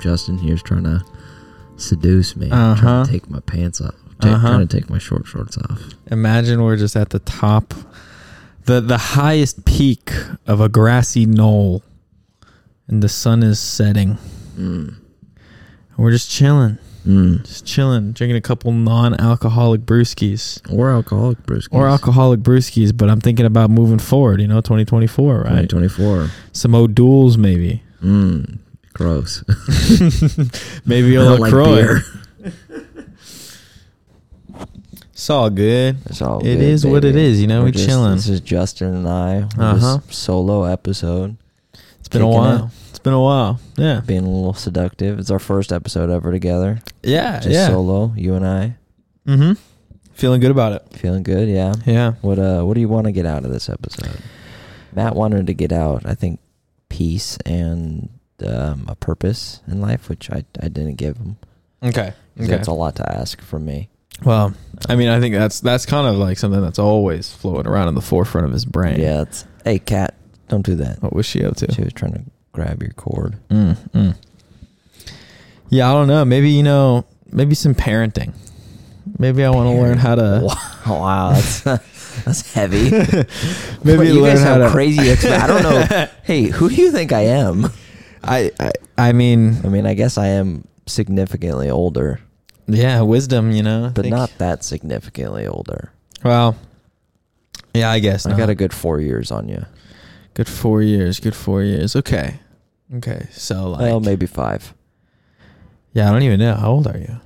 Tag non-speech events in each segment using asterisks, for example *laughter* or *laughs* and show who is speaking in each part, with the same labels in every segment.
Speaker 1: Justin he was trying to seduce me,
Speaker 2: Uh-huh.
Speaker 1: trying to take my pants off, ta-
Speaker 2: Uh-huh.
Speaker 1: trying to take my short shorts off.
Speaker 2: Imagine we're just at the top, the the highest peak of a grassy knoll, and the sun is setting. Mm. And we're just chilling,
Speaker 1: Mm.
Speaker 2: just chilling, drinking a couple non-alcoholic brewskis
Speaker 1: Or alcoholic brewskis.
Speaker 2: or alcoholic brewskis. But I'm thinking about moving forward. You know, 2024, right?
Speaker 1: 2024.
Speaker 2: Some O'Douls, maybe,
Speaker 1: Mm. Gross. *laughs*
Speaker 2: maybe
Speaker 1: I
Speaker 2: a
Speaker 1: don't like
Speaker 2: Lacroix.
Speaker 1: beer.
Speaker 2: it's all good.
Speaker 3: It's all
Speaker 2: It
Speaker 3: good,
Speaker 2: is what it
Speaker 3: baby.
Speaker 2: is, you know, we
Speaker 3: just-
Speaker 2: chilling.
Speaker 3: This is Justin and I.
Speaker 2: Uh-huh.
Speaker 3: Uh-huh. This solo episode.
Speaker 2: It's been a
Speaker 3: Kicking
Speaker 2: while. It's been a while. Yeah,
Speaker 3: Being a little seductive. It's our first episode ever together.
Speaker 2: yeah,
Speaker 3: Just
Speaker 2: yeah.
Speaker 3: solo, you and I.
Speaker 2: Mm-hmm. Feeling good about it.
Speaker 3: Feeling good, yeah.
Speaker 2: Yeah.
Speaker 3: What uh what do you want to get out of this episode? Matt wanted to get out, I think, peace and um, a purpose in life, which I, I didn't give him.
Speaker 2: Okay.
Speaker 3: 'Cause That's a lot to ask from me.
Speaker 2: Well, I mean, I think that's that's kind of like something that's always floating around in the forefront of his brain.
Speaker 3: Yeah, it's hey cat, don't do that.
Speaker 2: What was she up to?
Speaker 3: She was trying to grab your cord.
Speaker 2: Mm, mm. Yeah, I don't know. Maybe you know, maybe some parenting. Maybe I want to learn how to.
Speaker 3: *laughs* wow, that's that's heavy.
Speaker 2: *laughs* Maybe
Speaker 3: you
Speaker 2: learn
Speaker 3: guys
Speaker 2: how
Speaker 3: have
Speaker 2: to.
Speaker 3: crazy. Ex- I don't know.
Speaker 2: *laughs*
Speaker 3: Hey, who do you think I am?
Speaker 2: I, I I mean,
Speaker 3: I mean, I guess I am significantly older,
Speaker 2: yeah, wisdom. You know, I
Speaker 3: but
Speaker 2: think-
Speaker 3: not that significantly older.
Speaker 2: Well, yeah, I guess.
Speaker 3: I
Speaker 2: not.
Speaker 3: got a good four years on you.
Speaker 2: good four years. Good four years. Okay. Okay. So like,
Speaker 3: well, maybe five.
Speaker 2: yeah, I don't even know how old are you.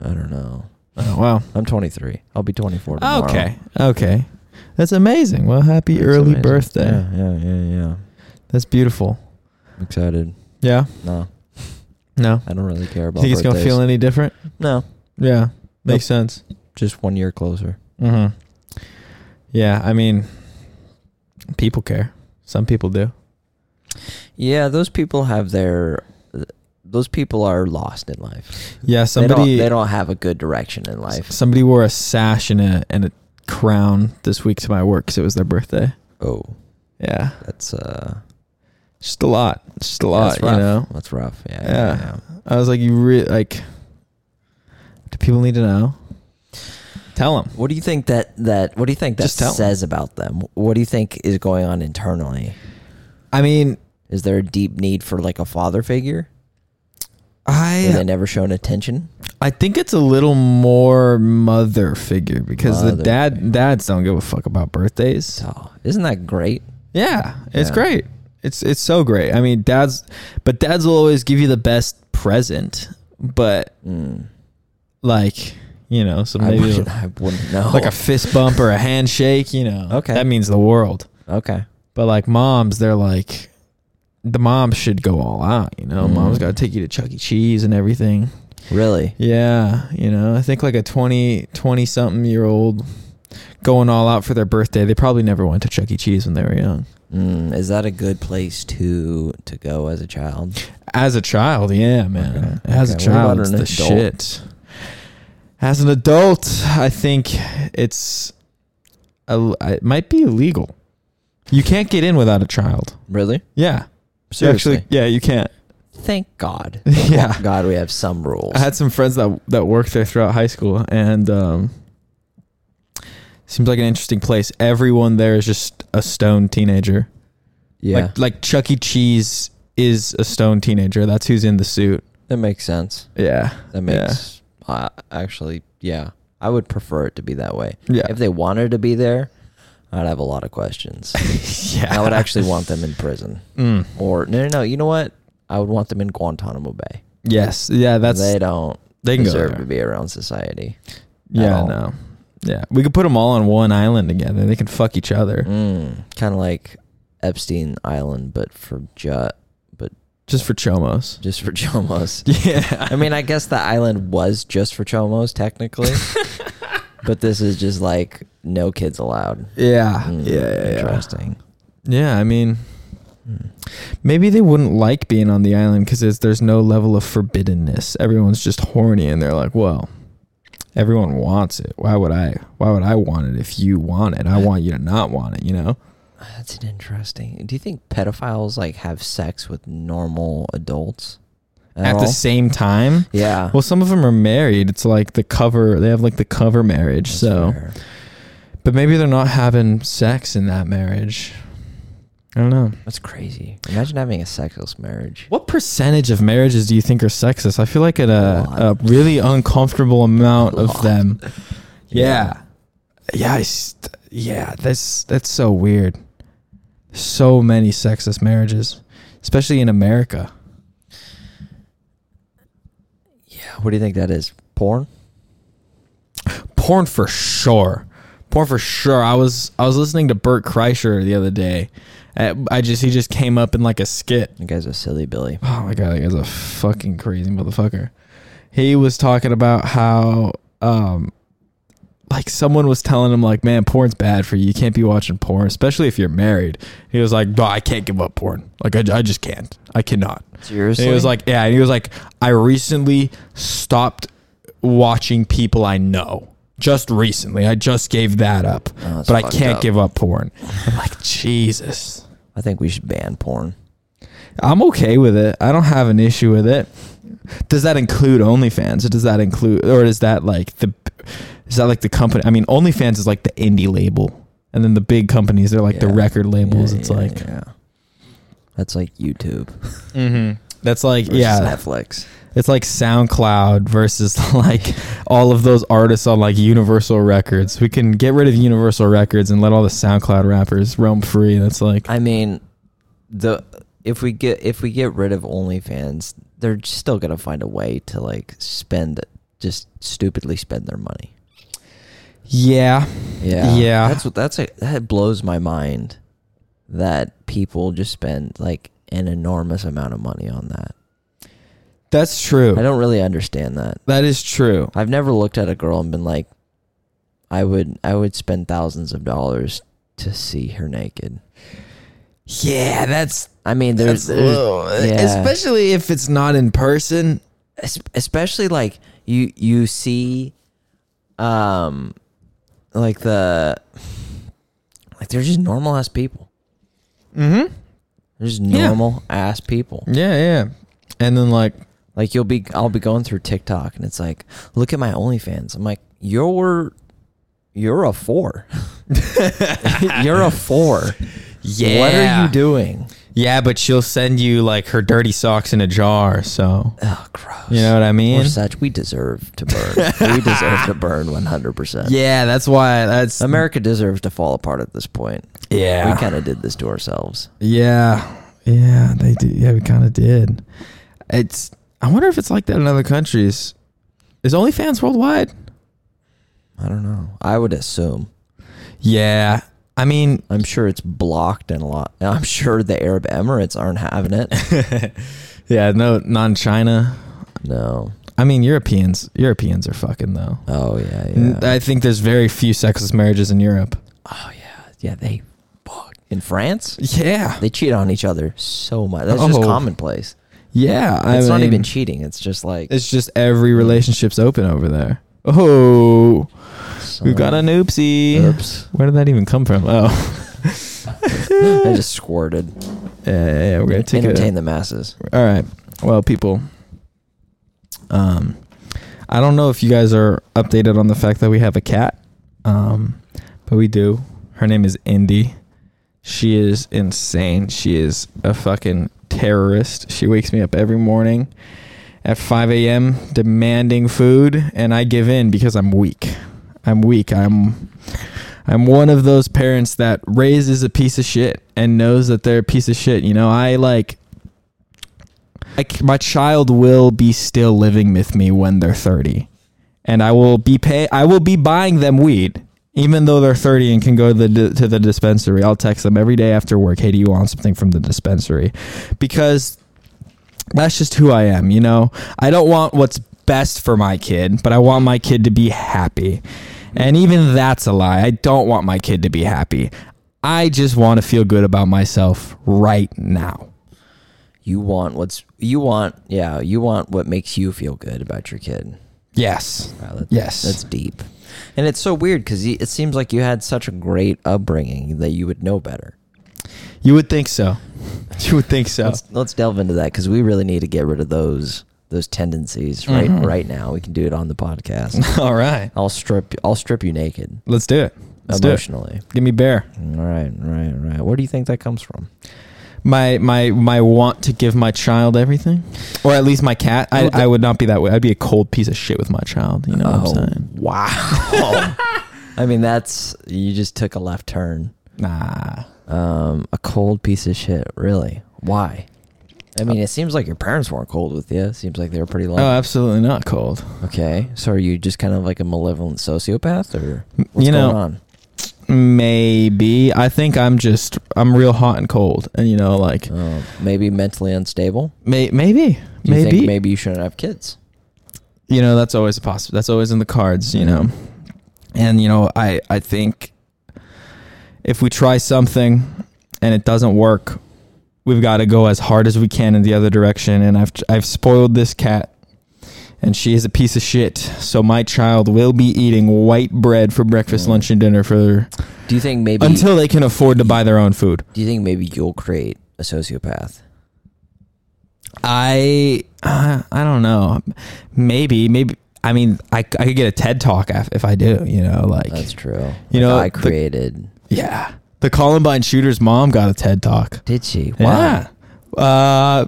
Speaker 3: I don't know.
Speaker 2: Oh wow.
Speaker 3: I'm 23. I'll be 24 tomorrow.
Speaker 2: Okay. Okay. That's amazing. Well, happy
Speaker 3: That's
Speaker 2: early
Speaker 3: amazing.
Speaker 2: birthday.
Speaker 3: Yeah, yeah, yeah, yeah.
Speaker 2: That's beautiful.
Speaker 3: I'm excited.
Speaker 2: Yeah.
Speaker 3: No,
Speaker 2: No.
Speaker 3: I don't really care about.
Speaker 2: Think it's gonna
Speaker 3: birthdays.
Speaker 2: feel any different?
Speaker 3: No,
Speaker 2: Yeah. Makes sense.
Speaker 3: just one year closer.
Speaker 2: Mm-hmm. Yeah. I mean, people care. Some people do.
Speaker 3: Yeah, those people have their. Those people are lost in life.
Speaker 2: Yeah.
Speaker 3: They don't-
Speaker 2: Somebody.
Speaker 3: they don't have a good direction in life.
Speaker 2: Somebody wore a sash and a and a crown this week to my work because it was their birthday.
Speaker 3: Oh,
Speaker 2: Yeah.
Speaker 3: that's uh,
Speaker 2: Just a lot. Just a lot.
Speaker 3: that's rough.
Speaker 2: You know.
Speaker 3: That's rough. Yeah,
Speaker 2: Yeah. I was like, you really like. Do people need to know? Tell them.
Speaker 3: What do you think that that What do you think that
Speaker 2: Just tell 'em.
Speaker 3: says about them? What do you think is going on internally?
Speaker 2: I mean,
Speaker 3: Is there a deep need for like a father figure?
Speaker 2: I
Speaker 3: Were they never shown attention?
Speaker 2: I think it's a little more mother figure because the
Speaker 3: Mother
Speaker 2: dad dads don't give a fuck about birthdays.
Speaker 3: Oh, isn't that great?
Speaker 2: Yeah, it's
Speaker 3: Yeah.
Speaker 2: great. It's it's so great. I mean, dads, but dads will always give you the best present, but
Speaker 3: Mm.
Speaker 2: like you know, so
Speaker 3: I
Speaker 2: maybe
Speaker 3: wouldn't, *laughs* I wouldn't know.
Speaker 2: *laughs* like a fist bump
Speaker 3: *laughs*
Speaker 2: or a handshake. You know,
Speaker 3: Okay.
Speaker 2: that means the world.
Speaker 3: okay.
Speaker 2: But like moms, they're like, the mom should go all out. You know,
Speaker 3: Mm.
Speaker 2: mom's got to take you to Chuck E. Cheese and everything.
Speaker 3: Really?
Speaker 2: Yeah, you know, I think like a 20 20 something year old going all out for their birthday. They probably never went to Chuck E. Cheese when they were young.
Speaker 3: Mm, is that a good place to to go as a child?
Speaker 2: As a child, yeah, man.
Speaker 3: Okay.
Speaker 2: As
Speaker 3: Okay,
Speaker 2: a
Speaker 3: what about
Speaker 2: child, it's
Speaker 3: an
Speaker 2: the
Speaker 3: adult?
Speaker 2: shit. As an adult, I think it's a, it might be illegal. You can't get in without a child.
Speaker 3: Really?
Speaker 2: Yeah. You
Speaker 3: Seriously?
Speaker 2: Actually, yeah, you can't. *laughs*
Speaker 3: Thank God.
Speaker 2: Yeah.
Speaker 3: Thank God, we have some rules.
Speaker 2: I had some friends that that worked there throughout high school, and um, seems like an interesting place. Everyone there is just a stone teenager.
Speaker 3: yeah,
Speaker 2: Like like Chuck E. Cheese is a stone teenager. That's who's in the suit.
Speaker 3: that makes sense.
Speaker 2: Yeah.
Speaker 3: That makes uh, actually, yeah. I would prefer it to be that way.
Speaker 2: Yeah.
Speaker 3: If they wanted to be there, I'd have a lot of questions.
Speaker 2: *laughs* yeah.
Speaker 3: I would actually want them in prison,
Speaker 2: Mm.
Speaker 3: or no, no, no. You know what? I would want them in Guantanamo Bay.
Speaker 2: Yes. Yeah. That's
Speaker 3: they
Speaker 2: they,
Speaker 3: don't
Speaker 2: can go
Speaker 3: deserve
Speaker 2: there.
Speaker 3: to be around society.
Speaker 2: yeah.
Speaker 3: all.
Speaker 2: No. Yeah. We could put them all on one island together. They can fuck each other
Speaker 3: Mm, kind of like Epstein Island, but for ju-
Speaker 2: just for chomos. *laughs*
Speaker 3: just for *laughs* chomos.
Speaker 2: Yeah.
Speaker 3: I mean, I guess the island was just for chomos
Speaker 2: *laughs*
Speaker 3: technically, but this is just like no kids allowed.
Speaker 2: Yeah.
Speaker 3: Mm,
Speaker 2: yeah. Yeah. Hmm. Yeah.
Speaker 3: interesting.
Speaker 2: Yeah, I mean, maybe they wouldn't like being on the island because there's no level of forbiddenness. Everyone's just horny, and they're like, "Well, everyone wants it. Why would I? Why would I want it if you
Speaker 3: *laughs*
Speaker 2: want it? I want you to not want it. You know?
Speaker 3: Ah, That's an interesting. Do you think pedophiles like have sex with normal adults? at,
Speaker 2: at
Speaker 3: all.
Speaker 2: the same time.
Speaker 3: yeah.
Speaker 2: Well, some of them are married. It's like the cover. They have like the cover marriage.
Speaker 3: That's
Speaker 2: so,
Speaker 3: fair.
Speaker 2: but maybe they're not having sex in that marriage. I don't know.
Speaker 3: that's crazy. Imagine having a sexless marriage.
Speaker 2: What percentage of marriages do you think are sexist? I feel like at a,
Speaker 3: A
Speaker 2: a
Speaker 3: lot.
Speaker 2: really uncomfortable amount
Speaker 3: A
Speaker 2: of
Speaker 3: lot.
Speaker 2: them. Yeah. Yeah, I st- yeah, that's that's so weird. So many sexist marriages, especially in America.
Speaker 3: Yeah. What do you think that is? Porn?
Speaker 2: Porn for sure. Porn for sure. I was I was listening to Burt Kreischer the other day. I, I just he just came up in like a skit
Speaker 3: You guys are silly, Billy.
Speaker 2: Oh my god, that guy's a fucking crazy motherfucker. He was talking about how um like someone was telling him like, man, porn's bad for you. You can't be watching porn, especially if you're married. He was like, no, I can't give up porn. Like I, I just can't. I cannot.
Speaker 3: Seriously?
Speaker 2: And he was like, yeah. And he was like, I recently stopped watching people I know. Just recently, I just gave that up,
Speaker 3: Oh, that's
Speaker 2: but I
Speaker 3: fucked
Speaker 2: can't
Speaker 3: up.
Speaker 2: give up porn. I'm like, Jesus.
Speaker 3: I think we should ban porn.
Speaker 2: I'm okay with it. I don't have an issue with it. Does that include OnlyFans? Or does that include, or is that like the, is that like the company? I mean, OnlyFans is like the indie label, and then the big companies they're like the
Speaker 3: Yeah.
Speaker 2: record labels.
Speaker 3: Yeah,
Speaker 2: it's
Speaker 3: yeah,
Speaker 2: like,
Speaker 3: yeah. That's like YouTube.
Speaker 2: mm-hmm. that's *laughs* like,
Speaker 3: versus
Speaker 2: yeah,
Speaker 3: Netflix.
Speaker 2: it's like SoundCloud versus *laughs* like all of those artists on like Universal Records. We can get rid of Universal Records and let all the SoundCloud rappers roam free. And it's like,
Speaker 3: I mean, the if we get if we get rid of OnlyFans, they're still gonna find a way to like spend just stupidly spend their money.
Speaker 2: yeah,
Speaker 3: Yeah,
Speaker 2: Yeah.
Speaker 3: That's what that's a, that blows my mind that people just spend like an enormous amount of money on that.
Speaker 2: that's true.
Speaker 3: I don't really understand that.
Speaker 2: that is true.
Speaker 3: I've never looked at a girl and been like, I would I would spend thousands of dollars to see her naked.
Speaker 2: Yeah, that's
Speaker 3: I mean, there's,
Speaker 2: That's-
Speaker 3: there's
Speaker 2: ugh.
Speaker 3: yeah.
Speaker 2: especially if it's not in person.
Speaker 3: es- especially like you you see um like the like they're just normal ass people
Speaker 2: Mm-hmm.
Speaker 3: they're just
Speaker 2: Yeah.
Speaker 3: normal ass people
Speaker 2: Yeah, yeah. And then like,
Speaker 3: like you'll be i'll be going through tiktok and it's like look at my onlyfans i'm like you're you're a
Speaker 2: *laughs*
Speaker 3: four *laughs* you're a four
Speaker 2: yeah,
Speaker 3: what are you doing
Speaker 2: Yeah, but she'll send you like her dirty socks in a jar. So
Speaker 3: oh gross
Speaker 2: you know what I
Speaker 3: we're
Speaker 2: mean?
Speaker 3: such we deserve to burn
Speaker 2: *laughs*
Speaker 3: we deserve to burn 100%
Speaker 2: Yeah, that's why. That's
Speaker 3: america deserves to fall apart at this point
Speaker 2: yeah,
Speaker 3: we kind of did this to ourselves
Speaker 2: yeah, yeah. They do. Yeah, we kind of did. It's. I wonder if it's like that in other countries. Is OnlyFans worldwide?
Speaker 3: I don't know. I would assume.
Speaker 2: Yeah, I mean,
Speaker 3: I'm sure it's blocked and a lot. I'm sure the Arab Emirates aren't having
Speaker 2: *laughs*
Speaker 3: it.
Speaker 2: yeah, no, non-China.
Speaker 3: No.
Speaker 2: I mean, Europeans. Europeans are fucking though.
Speaker 3: Oh yeah,
Speaker 2: N-
Speaker 3: yeah.
Speaker 2: I think there's very few sexless marriages in Europe.
Speaker 3: oh yeah, yeah. They fuck in France.
Speaker 2: Yeah,
Speaker 3: They cheat on each other so much. That's just
Speaker 2: Oh.
Speaker 3: commonplace.
Speaker 2: yeah. I
Speaker 3: It's not
Speaker 2: mean,
Speaker 3: even cheating. It's just like
Speaker 2: It's just every relationship's open over there. Oh,
Speaker 3: some-
Speaker 2: we've got an E. oopsie.
Speaker 3: Oops.
Speaker 2: Where did that even come from? *laughs* Oh,
Speaker 3: I just squirted.
Speaker 2: *laughs* yeah, yeah. yeah, We're gonna take
Speaker 3: Entertain
Speaker 2: it.
Speaker 3: the masses.
Speaker 2: All right. Well, people. Um, I don't know if you guys are updated on the fact that we have a cat. Um, but we do. Her name is Indy. She is insane. She is a fucking terrorist. She wakes me up every morning at 5 a.m. demanding food, and I give in because I'm weak. I'm weak. I'm I'm one of those parents that raises a piece of shit and knows that they're a piece of shit. You know, I like I c my child will be still living with me when they're 30 and I will be pay. I will be buying them weed, even though they're thirty and can go to the to the dispensary. I'll text them every day after work. Hey, do you want something from the dispensary? Because that's just who I am. You know, I don't want what's best for my kid, but I want my kid to be happy. And even that's a lie. I don't want my kid to be happy. I just want to feel good about myself right now.
Speaker 3: You want what's you want. Yeah, you want what makes you feel good about your kid.
Speaker 2: Yes.
Speaker 3: Wow, that,
Speaker 2: Yes.
Speaker 3: that's deep. And it's so weird because it seems like you had such a great upbringing that you would know better.
Speaker 2: You would think so. *laughs* You would think so.
Speaker 3: Let's, let's delve into that because we really need to get rid of those those tendencies right
Speaker 2: Mhm.
Speaker 3: right now. We can do it on the
Speaker 2: *laughs*
Speaker 3: podcast.
Speaker 2: *laughs* All right.
Speaker 3: I'll strip I'll strip you naked
Speaker 2: Let's do it. Let's do it.
Speaker 3: emotionally.
Speaker 2: Give me bear.
Speaker 3: All right, right, right. Where do you think that comes from?
Speaker 2: My my my want to give my child everything, or at least my cat. I,
Speaker 3: No, the-
Speaker 2: I would not be that way. I'd be a cold piece of shit with my child. You know what I'm saying?
Speaker 3: Wow. I mean, that's you just took a left turn.
Speaker 2: Nah.
Speaker 3: Um, a cold piece of shit. Really? Why? I mean, it seems like your parents weren't cold with you. It seems like they were pretty
Speaker 2: oh,
Speaker 3: loving.
Speaker 2: absolutely not cold.
Speaker 3: okay. So are you just kind of like a malevolent sociopath, or what's
Speaker 2: you know,
Speaker 3: going on?
Speaker 2: Maybe. I think I'm just I'm real hot and cold, and you know, like
Speaker 3: Uh, maybe mentally unstable.
Speaker 2: may, maybe
Speaker 3: Do you
Speaker 2: maybe
Speaker 3: think maybe you shouldn't have kids.
Speaker 2: you know that's always a possi That's always in the cards, you know. And you know, I I think if we try something and it doesn't work, we've got to go as hard as we can in the other direction. And I've I've spoiled this cat. And she is a piece of shit. So my child will be eating white bread for breakfast,
Speaker 3: Mm.
Speaker 2: lunch, and dinner for
Speaker 3: Do you think maybe?
Speaker 2: until they can afford to buy their own food.
Speaker 3: do you think maybe you'll create a sociopath?
Speaker 2: I uh, I don't know. Maybe maybe I mean I, I could get a TED talk if, if I do. You know, like
Speaker 3: That's true.
Speaker 2: You
Speaker 3: Like,
Speaker 2: know,
Speaker 3: I
Speaker 2: the-
Speaker 3: created.
Speaker 2: yeah, the Columbine shooter's mom got a TED talk.
Speaker 3: did she? Why?
Speaker 2: Yeah, uh,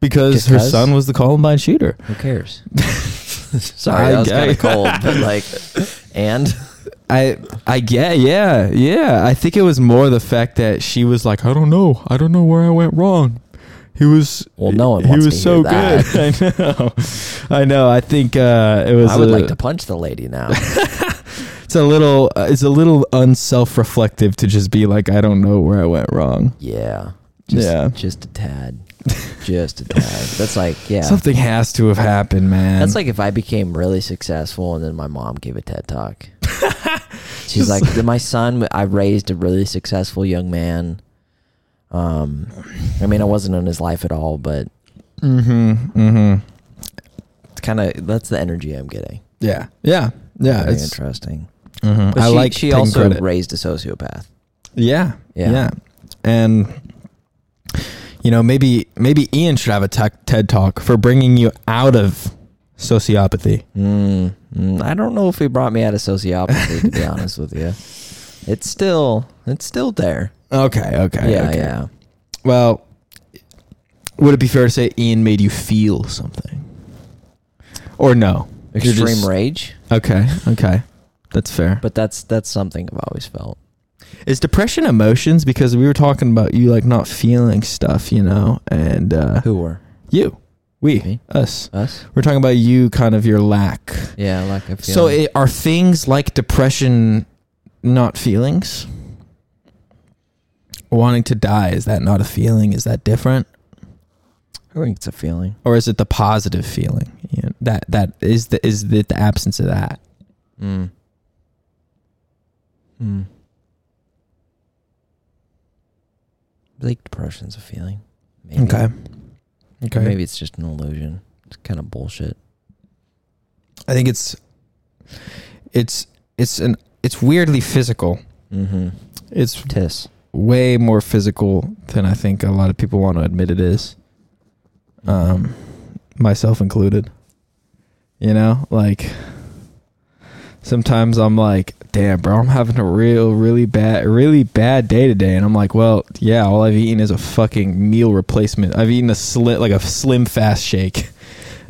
Speaker 2: because
Speaker 3: Just
Speaker 2: her
Speaker 3: 'cause?
Speaker 2: son was the Columbine shooter.
Speaker 3: Who
Speaker 2: *laughs*
Speaker 3: cares? Sorry,
Speaker 2: I
Speaker 3: that was kind of
Speaker 2: get-
Speaker 3: cold, but
Speaker 2: *laughs*
Speaker 3: like, and
Speaker 2: I I get yeah yeah. I think it was more the fact that she was like I don't know I don't know where I went wrong. He was
Speaker 3: Well, no one
Speaker 2: He
Speaker 3: wants
Speaker 2: was
Speaker 3: to
Speaker 2: so
Speaker 3: hear that.
Speaker 2: good. *laughs* I know. I know. I think uh, it was.
Speaker 3: I would
Speaker 2: a-
Speaker 3: like to punch the lady now.
Speaker 2: It's a little uh, it's a little unself-reflective to just be like I don't know where I went wrong.
Speaker 3: yeah. Just,
Speaker 2: Yeah.
Speaker 3: Just a tad. Just a tad. That's like, yeah.
Speaker 2: Something has to have happened, man.
Speaker 3: That's like if I became really successful and then my mom gave a TED talk.
Speaker 2: *laughs*
Speaker 3: She's like, "Then my son, I raised a really successful young man. Um, I mean, I wasn't in his life at all, but
Speaker 2: mhm mhm.
Speaker 3: it's kind of that's the energy I'm getting.
Speaker 2: Yeah. Yeah. Yeah,
Speaker 3: Very
Speaker 2: it's
Speaker 3: interesting.
Speaker 2: mhm.
Speaker 3: But
Speaker 2: I
Speaker 3: she,
Speaker 2: like
Speaker 3: she
Speaker 2: taking
Speaker 3: also
Speaker 2: credit.
Speaker 3: raised a sociopath.
Speaker 2: Yeah, yeah.
Speaker 3: Yeah.
Speaker 2: And you know, maybe maybe Ian should have a tech TED talk for bringing you out of sociopathy.
Speaker 3: Mm, mm, I don't know if he brought me out of sociopathy,
Speaker 2: *laughs*
Speaker 3: to be honest with you. It's still, it's still there.
Speaker 2: Okay, okay.
Speaker 3: yeah,
Speaker 2: okay.
Speaker 3: yeah.
Speaker 2: Well, would it be fair to say Ian made you feel something? Or no? You're
Speaker 3: Extreme
Speaker 2: just-
Speaker 3: rage,
Speaker 2: Okay, okay. That's fair.
Speaker 3: but that's that's something I've always felt.
Speaker 2: Is depression emotions? Because we were talking about you like not feeling stuff, you know, and uh,
Speaker 3: Who were
Speaker 2: you, we,
Speaker 3: Me?
Speaker 2: us.
Speaker 3: us?
Speaker 2: We're talking about you, kind of your lack.
Speaker 3: Yeah, like I feel.
Speaker 2: So it, are things like depression not feelings? Wanting to die is that not a feeling? Is that different,
Speaker 3: I think it's a feeling.
Speaker 2: or is it the positive feeling? You know, that that is the is the, the absence of that.
Speaker 3: Mm. Mm. I think depression's a feeling. Maybe.
Speaker 2: Okay. Okay.
Speaker 3: Maybe it's just an illusion. It's kind of bullshit.
Speaker 2: I think it's it's it's an it's weirdly physical.
Speaker 3: Mm-hmm.
Speaker 2: It's
Speaker 3: Tis.
Speaker 2: way more physical than I think a lot of people want to admit it is. Um myself included. You know, like sometimes I'm like, damn, bro, I'm having a real really bad really bad day today and I'm like, well, yeah, all I've eaten is a fucking meal replacement. I've eaten a slit like a slim fast shake. *laughs*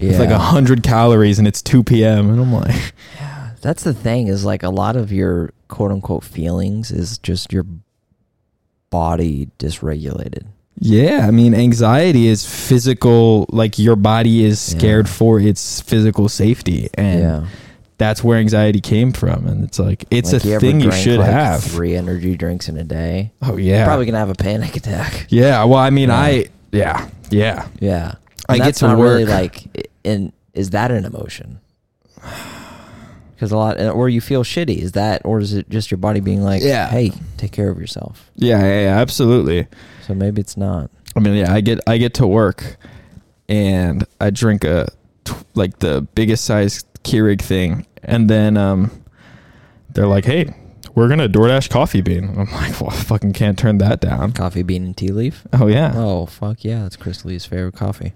Speaker 3: Yeah.
Speaker 2: It's like a hundred calories and it's two PM and I'm like
Speaker 3: *laughs* That's the thing is like a lot of your quote unquote feelings is just your body dysregulated.
Speaker 2: Yeah, I mean, anxiety is physical. Like your body is scared
Speaker 3: Yeah.
Speaker 2: for its physical safety, and
Speaker 3: yeah.
Speaker 2: that's where anxiety came from. And it's like it's
Speaker 3: Like,
Speaker 2: a
Speaker 3: ever
Speaker 2: thing you
Speaker 3: drank,
Speaker 2: should
Speaker 3: like,
Speaker 2: have.
Speaker 3: Three energy drinks in a day.
Speaker 2: Oh yeah,
Speaker 3: Probably gonna have a panic attack. *laughs*
Speaker 2: Yeah, well, I mean,
Speaker 3: Yeah.
Speaker 2: I yeah yeah.
Speaker 3: Yeah.
Speaker 2: I
Speaker 3: And
Speaker 2: get
Speaker 3: that's
Speaker 2: to
Speaker 3: not really
Speaker 2: work.
Speaker 3: like i- in is that an emotion? *sighs* Because a lot uh, or you feel shitty, is that or is it just your body being like,
Speaker 2: Yeah.
Speaker 3: hey, take care of yourself?
Speaker 2: yeah, yeah, yeah, absolutely.
Speaker 3: So maybe it's not.
Speaker 2: I mean, yeah, I get I get to work, and I drink a t- like the biggest size Keurig thing, and then um, they're like, "Hey, we're gonna DoorDash coffee bean. I'm like, well, I fucking can't turn that down.
Speaker 3: Coffee bean and tea leaf.
Speaker 2: Oh yeah,
Speaker 3: Oh fuck yeah, that's Chris Lee's favorite coffee.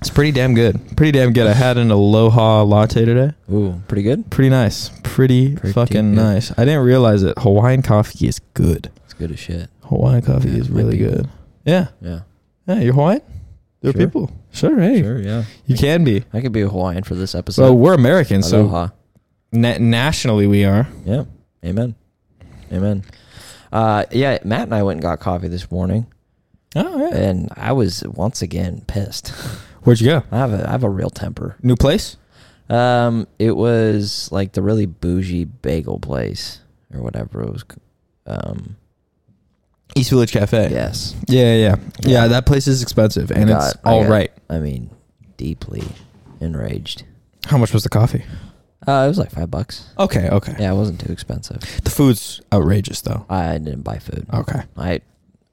Speaker 2: it's pretty damn good. Pretty damn good. I had an Aloha latte today.
Speaker 3: Ooh, pretty good.
Speaker 2: Pretty nice. Pretty,
Speaker 3: Pretty
Speaker 2: fucking
Speaker 3: good.
Speaker 2: nice. I didn't realize it. Hawaiian coffee is good.
Speaker 3: It's good as shit.
Speaker 2: Hawaiian coffee
Speaker 3: Yeah,
Speaker 2: is
Speaker 3: my
Speaker 2: really
Speaker 3: people.
Speaker 2: good. Yeah.
Speaker 3: Yeah.
Speaker 2: Yeah, you're Hawaiian? They're
Speaker 3: Sure.
Speaker 2: people. Sure, hey.
Speaker 3: Sure. Yeah.
Speaker 2: You can be.
Speaker 3: I could be a Hawaiian for this episode.
Speaker 2: So we're Americans, so
Speaker 3: Aloha.
Speaker 2: na- nationally we are.
Speaker 3: Yeah. Amen. Amen. Uh, yeah. Matt and I went and got coffee this morning,
Speaker 2: Oh, yeah.
Speaker 3: and I was once again pissed.
Speaker 2: Where'd you go?
Speaker 3: I have a I have a real temper.
Speaker 2: New place?
Speaker 3: Um, it was like the really bougie bagel place or whatever it was. c- Um,
Speaker 2: East Village Cafe.
Speaker 3: yes,
Speaker 2: Yeah, yeah. Yeah,
Speaker 3: Yeah.
Speaker 2: that place is expensive and
Speaker 3: I
Speaker 2: it's
Speaker 3: got- I
Speaker 2: all
Speaker 3: got-
Speaker 2: right.
Speaker 3: I mean deeply enraged.
Speaker 2: How much was the coffee?
Speaker 3: Uh, it was like five bucks.
Speaker 2: Okay, okay.
Speaker 3: Yeah, it wasn't too expensive.
Speaker 2: The food's outrageous though.
Speaker 3: I didn't buy food.
Speaker 2: Okay.
Speaker 3: I,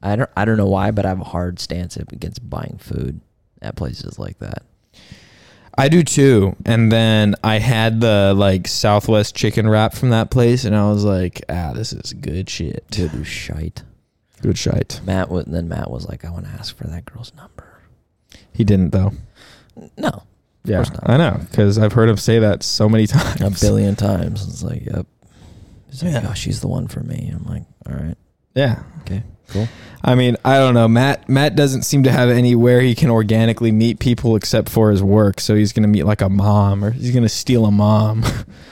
Speaker 3: I don't, I don't know why, but I have a hard stance up against buying food at places like that.
Speaker 2: I do too. And then I had the like Southwest chicken wrap from that place and I was like, ah, this is good shit. *sighs*
Speaker 3: Dude, it was shite.
Speaker 2: Good shite.
Speaker 3: Matt was, then Matt was like, I want to ask for that girl's number.
Speaker 2: He didn't though.
Speaker 3: No,
Speaker 2: Yeah,
Speaker 3: course not.
Speaker 2: I know because I've heard him say that so many *laughs*
Speaker 3: a
Speaker 2: times.
Speaker 3: billion times. It's like, yep. He's like,
Speaker 2: Yeah.
Speaker 3: oh, she's the one for me. I'm like, all right,
Speaker 2: Yeah,
Speaker 3: okay, cool.
Speaker 2: I mean, I don't know. Matt Matt doesn't seem to have anywhere he can organically meet people except for his work. So he's gonna meet like a mom, or he's gonna steal a mom.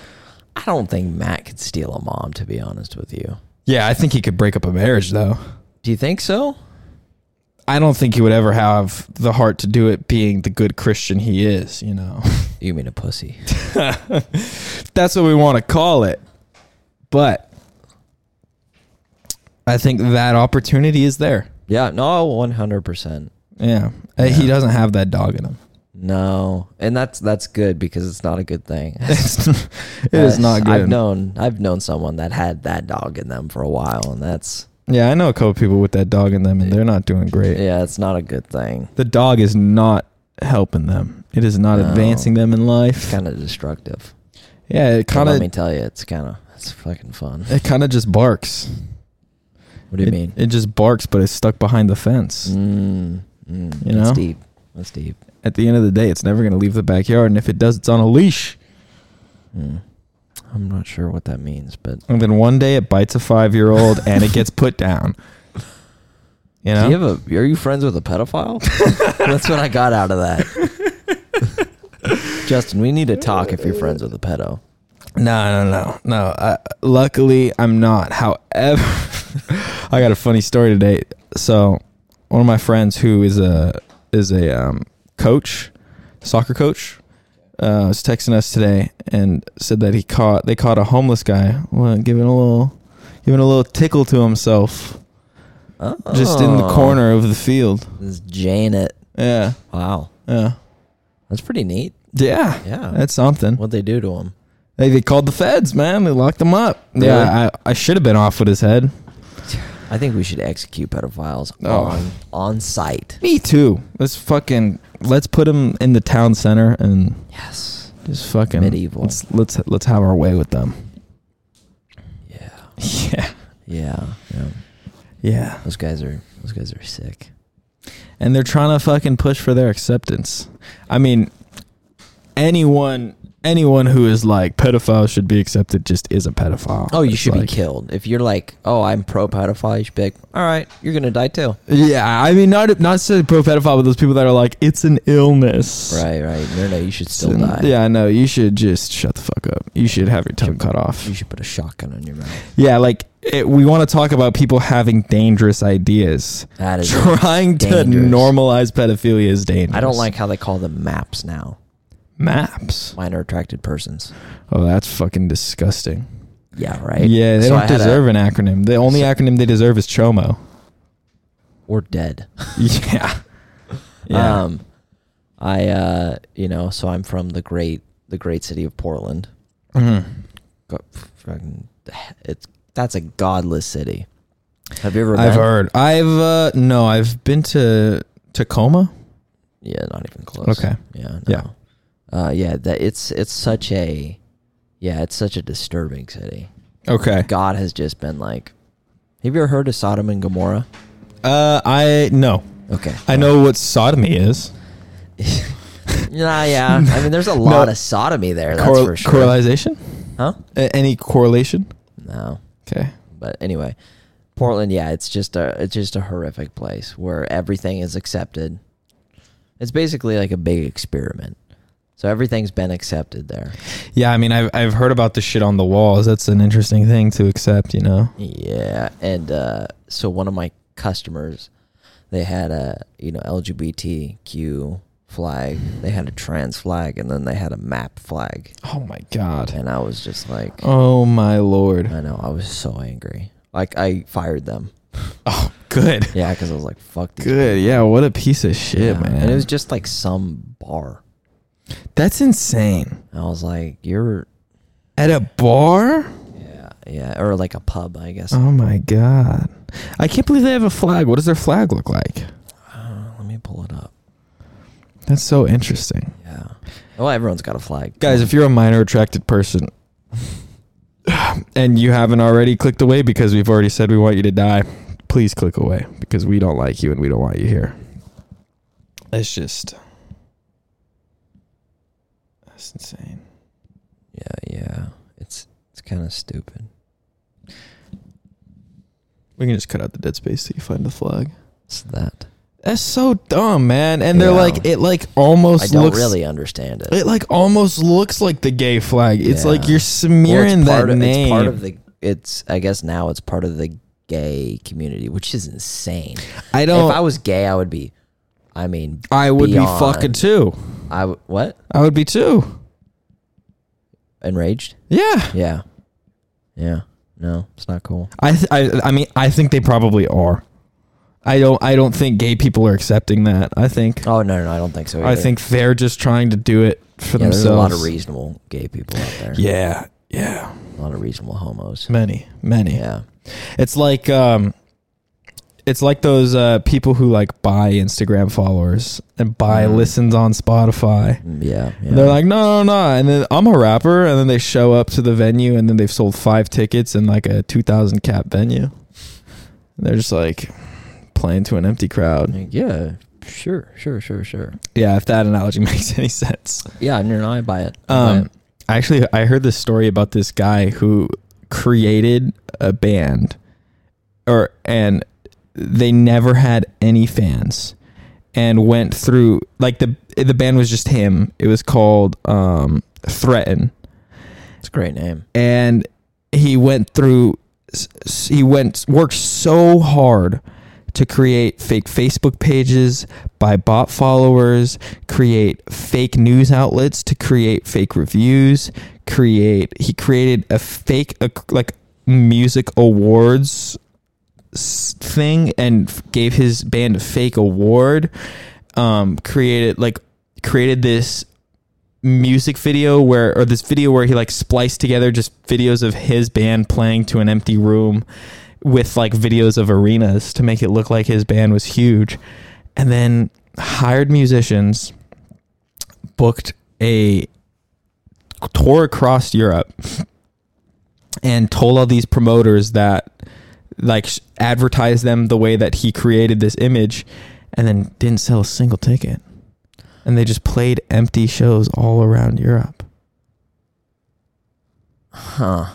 Speaker 2: *laughs*
Speaker 3: I don't think Matt could steal a mom, to be honest with you.
Speaker 2: yeah, I think he could break up a marriage though.
Speaker 3: Do you think so?
Speaker 2: I don't think he would ever have the heart to do it, being the good Christian he is. You know,
Speaker 3: You mean a pussy?
Speaker 2: that's what we want to call it. But I think that opportunity is there.
Speaker 3: yeah, no, one hundred percent.
Speaker 2: Yeah, Uh, he doesn't have that dog
Speaker 3: *laughs*
Speaker 2: in him.
Speaker 3: No, and that's that's good because it's not a good thing.
Speaker 2: It's, *laughs* it is not good.
Speaker 3: I've known I've known someone that had that dog in them for a while, and that's
Speaker 2: yeah, I know a couple people with that dog in them, and they're not doing great.
Speaker 3: yeah, it's not a good thing.
Speaker 2: The dog is not helping them. It is not
Speaker 3: No.
Speaker 2: advancing them in
Speaker 3: It's
Speaker 2: life.
Speaker 3: kind of destructive.
Speaker 2: yeah,
Speaker 3: But
Speaker 2: it kind
Speaker 3: let me
Speaker 2: of
Speaker 3: tell you, it's kind of it's fucking fun.
Speaker 2: it kind of just barks.
Speaker 3: What do you
Speaker 2: it,
Speaker 3: mean?
Speaker 2: It just barks, but it's stuck behind the fence.
Speaker 3: Mm, mm,
Speaker 2: You
Speaker 3: that's
Speaker 2: know?
Speaker 3: deep. That's deep.
Speaker 2: At the end of the day, it's never going to leave the backyard, and if it does, it's on a leash.
Speaker 3: Mm. I'm not sure what that means, but
Speaker 2: And then one day, it bites a five-year-old, and it gets put down. You know,
Speaker 3: do you have a? Are you friends with a
Speaker 2: *laughs*
Speaker 3: pedophile? that's what I got out of that. Justin, we need to talk if you're friends with a pedo.
Speaker 2: No, no, no, no. Uh, luckily, I'm not. However, *laughs* I got a funny story today. So, one of my friends who is a is a um, coach, soccer coach, uh, was texting us today and said that he caught they caught a homeless guy well, giving a little giving a little tickle to himself
Speaker 3: Oh.
Speaker 2: just in the corner of the field.
Speaker 3: This Janet.
Speaker 2: Yeah,
Speaker 3: Wow,
Speaker 2: yeah,
Speaker 3: that's pretty neat.
Speaker 2: yeah.
Speaker 3: Yeah.
Speaker 2: That's something.
Speaker 3: What'd they do to him?
Speaker 2: They, they called the feds, man. They locked him up. Yeah,
Speaker 3: Really?
Speaker 2: I, I should have been off with his head.
Speaker 3: I think we should execute pedophiles
Speaker 2: Oh.
Speaker 3: on on site.
Speaker 2: Me too. Let's fucking let's put him in the town center and
Speaker 3: Yes.
Speaker 2: just fucking
Speaker 3: Medieval.
Speaker 2: Let's let's let's have our way with them.
Speaker 3: Yeah.
Speaker 2: *laughs* Yeah,
Speaker 3: Yeah. Yeah.
Speaker 2: yeah.
Speaker 3: Those guys are those guys are sick.
Speaker 2: And they're trying to fucking push for their acceptance. I mean, anyone anyone who is like pedophile should be accepted just is a pedophile.
Speaker 3: Oh, you
Speaker 2: It's
Speaker 3: should be
Speaker 2: like-
Speaker 3: killed. If you're like, oh, I'm pro pedophile, you should be like, all right, you're gonna die too.
Speaker 2: Yeah, I mean, not not necessarily pro pedophile, but those people that are like, it's an illness.
Speaker 3: Right, right. No, no, you should
Speaker 2: It's
Speaker 3: still
Speaker 2: an-
Speaker 3: die.
Speaker 2: Yeah, I know. You should just shut the fuck up. You should have your tongue cut off.
Speaker 3: You should put a shotgun on your mouth.
Speaker 2: Yeah, like it, we want to talk about people having dangerous ideas.
Speaker 3: That *laughs* is.
Speaker 2: Trying to
Speaker 3: dangerous.
Speaker 2: normalize pedophilia is dangerous.
Speaker 3: I don't like how they call them maps now.
Speaker 2: maps.
Speaker 3: Minor attracted persons.
Speaker 2: Oh, that's fucking disgusting.
Speaker 3: Yeah, right.
Speaker 2: Yeah, they
Speaker 3: So I
Speaker 2: don't
Speaker 3: had a-
Speaker 2: deserve an acronym. The only
Speaker 3: So-
Speaker 2: acronym they deserve is Chomo. *laughs*
Speaker 3: Or *laughs* dead.
Speaker 2: yeah. Yeah.
Speaker 3: Um, I uh, you know, so I'm from the great the great city of Portland.
Speaker 2: Mhm.
Speaker 3: Go- fucking- It's that's a godless city. Have you ever
Speaker 2: I've
Speaker 3: been?
Speaker 2: heard. I've uh no, I've been to Tacoma.
Speaker 3: Yeah, not even close.
Speaker 2: Okay.
Speaker 3: Yeah. No.
Speaker 2: Yeah. *laughs*
Speaker 3: Uh, yeah. That it's it's such a, yeah, it's such a disturbing city.
Speaker 2: Okay.
Speaker 3: God has just been like, have you ever heard of Sodom and Gomorrah?
Speaker 2: Uh, I no.
Speaker 3: Okay.
Speaker 2: I know what sodomy is.
Speaker 3: *laughs* Nah, yeah. I mean,
Speaker 2: *laughs*
Speaker 3: there's a lot of sodomy there. That's
Speaker 2: Correl-
Speaker 3: for sure.
Speaker 2: Correlation?
Speaker 3: Huh?
Speaker 2: A- any correlation?
Speaker 3: No.
Speaker 2: Okay.
Speaker 3: But anyway, Portland, yeah, it's just a it's just a horrific place where everything is accepted. It's basically like a big experiment. So everything's been accepted there.
Speaker 2: Yeah, I mean, I've I've heard about the shit on the walls. That's an interesting thing to accept, you know.
Speaker 3: Yeah, and uh, so one of my customers, they had a you know LGBTQ flag, they had a trans flag, and then they had a map flag,
Speaker 2: Oh my god.
Speaker 3: and I was just like,
Speaker 2: Oh my lord.
Speaker 3: I know, I was so angry. Like I fired them.
Speaker 2: Oh, good.
Speaker 3: Yeah, because I was like, fuck these
Speaker 2: Good. Yeah, what a piece of
Speaker 3: people.
Speaker 2: shit,
Speaker 3: Yeah.
Speaker 2: man.
Speaker 3: And it was just like some bar.
Speaker 2: That's insane.
Speaker 3: I was like, you're
Speaker 2: At a bar?
Speaker 3: yeah, yeah, or like a pub, I guess.
Speaker 2: Oh my god. I can't believe they have a flag. What does their flag look like?
Speaker 3: Uh, let me pull it up.
Speaker 2: That's so interesting.
Speaker 3: Yeah. Well, everyone's got a flag.
Speaker 2: Guys, if you're a minor attracted person and you haven't already clicked away because we've already said we want you to die, please click away because we don't like you and we don't want you here. It's just. That's insane.
Speaker 3: Yeah, yeah. It's it's kind of stupid.
Speaker 2: We can just cut out the dead space till you find the flag.
Speaker 3: It's that.
Speaker 2: That's so dumb, man. And they're
Speaker 3: Yeah.
Speaker 2: like, it like
Speaker 3: I
Speaker 2: almost
Speaker 3: don't
Speaker 2: looks.
Speaker 3: really understand it.
Speaker 2: It like almost looks like the gay flag. It's
Speaker 3: Yeah.
Speaker 2: like you're
Speaker 3: Well, it's
Speaker 2: smearing
Speaker 3: part
Speaker 2: that
Speaker 3: of,
Speaker 2: name.
Speaker 3: It's part of the. It's I guess now it's part of the gay community, which is insane.
Speaker 2: I don't.
Speaker 3: if I was gay, I would be. I mean,
Speaker 2: I would
Speaker 3: beyond-
Speaker 2: be fucking too.
Speaker 3: I w- what
Speaker 2: I would be too.
Speaker 3: enraged?
Speaker 2: Yeah.
Speaker 3: Yeah, yeah. No, it's not cool.
Speaker 2: I th- I I mean I think they probably are. I don't I don't think gay people are accepting that. I think
Speaker 3: Oh no, no, I don't think so. Either.
Speaker 2: I think they're just trying to do it for
Speaker 3: yeah,
Speaker 2: themselves.
Speaker 3: there's a lot of reasonable gay people out there.
Speaker 2: Yeah. Yeah.
Speaker 3: a lot of reasonable homos.
Speaker 2: Many. Many.
Speaker 3: Yeah,
Speaker 2: It's like um it's like those uh, people who like buy Instagram followers and buy
Speaker 3: Mhm.
Speaker 2: listens on Spotify.
Speaker 3: Mm, yeah. yeah.
Speaker 2: And They're like, no, no, no. And then I'm a rapper. And then they show up to the venue and then they've sold five tickets in like a 2,000 cap venue. And they're just like playing to an empty crowd.
Speaker 3: Like, yeah, sure, sure, sure, sure.
Speaker 2: Yeah, if that analogy *laughs* makes any sense.
Speaker 3: Yeah, no, no, I buy it. I buy
Speaker 2: Um,
Speaker 3: it.
Speaker 2: I actually, I heard this story about this guy who created a band or, and they never had any fans and went through like the, the band was just him. It was called, um, Threaten.
Speaker 3: it's a great name.
Speaker 2: and he went through s- s- he went worked so hard to create fake Facebook pages, buy bot followers, create fake news outlets to create fake reviews, create he created a fake ac- like music awards s- thing and f- gave his band a fake award um created like created this music video where or this video where he like spliced together just videos of his band playing to an empty room with like videos of arenas to make it look like his band was huge and then hired musicians booked a tour across Europe and told all these promoters that like sh- advertised them the way that he created this image and then didn't sell a single ticket and they just played empty shows all around Europe.
Speaker 3: Huh.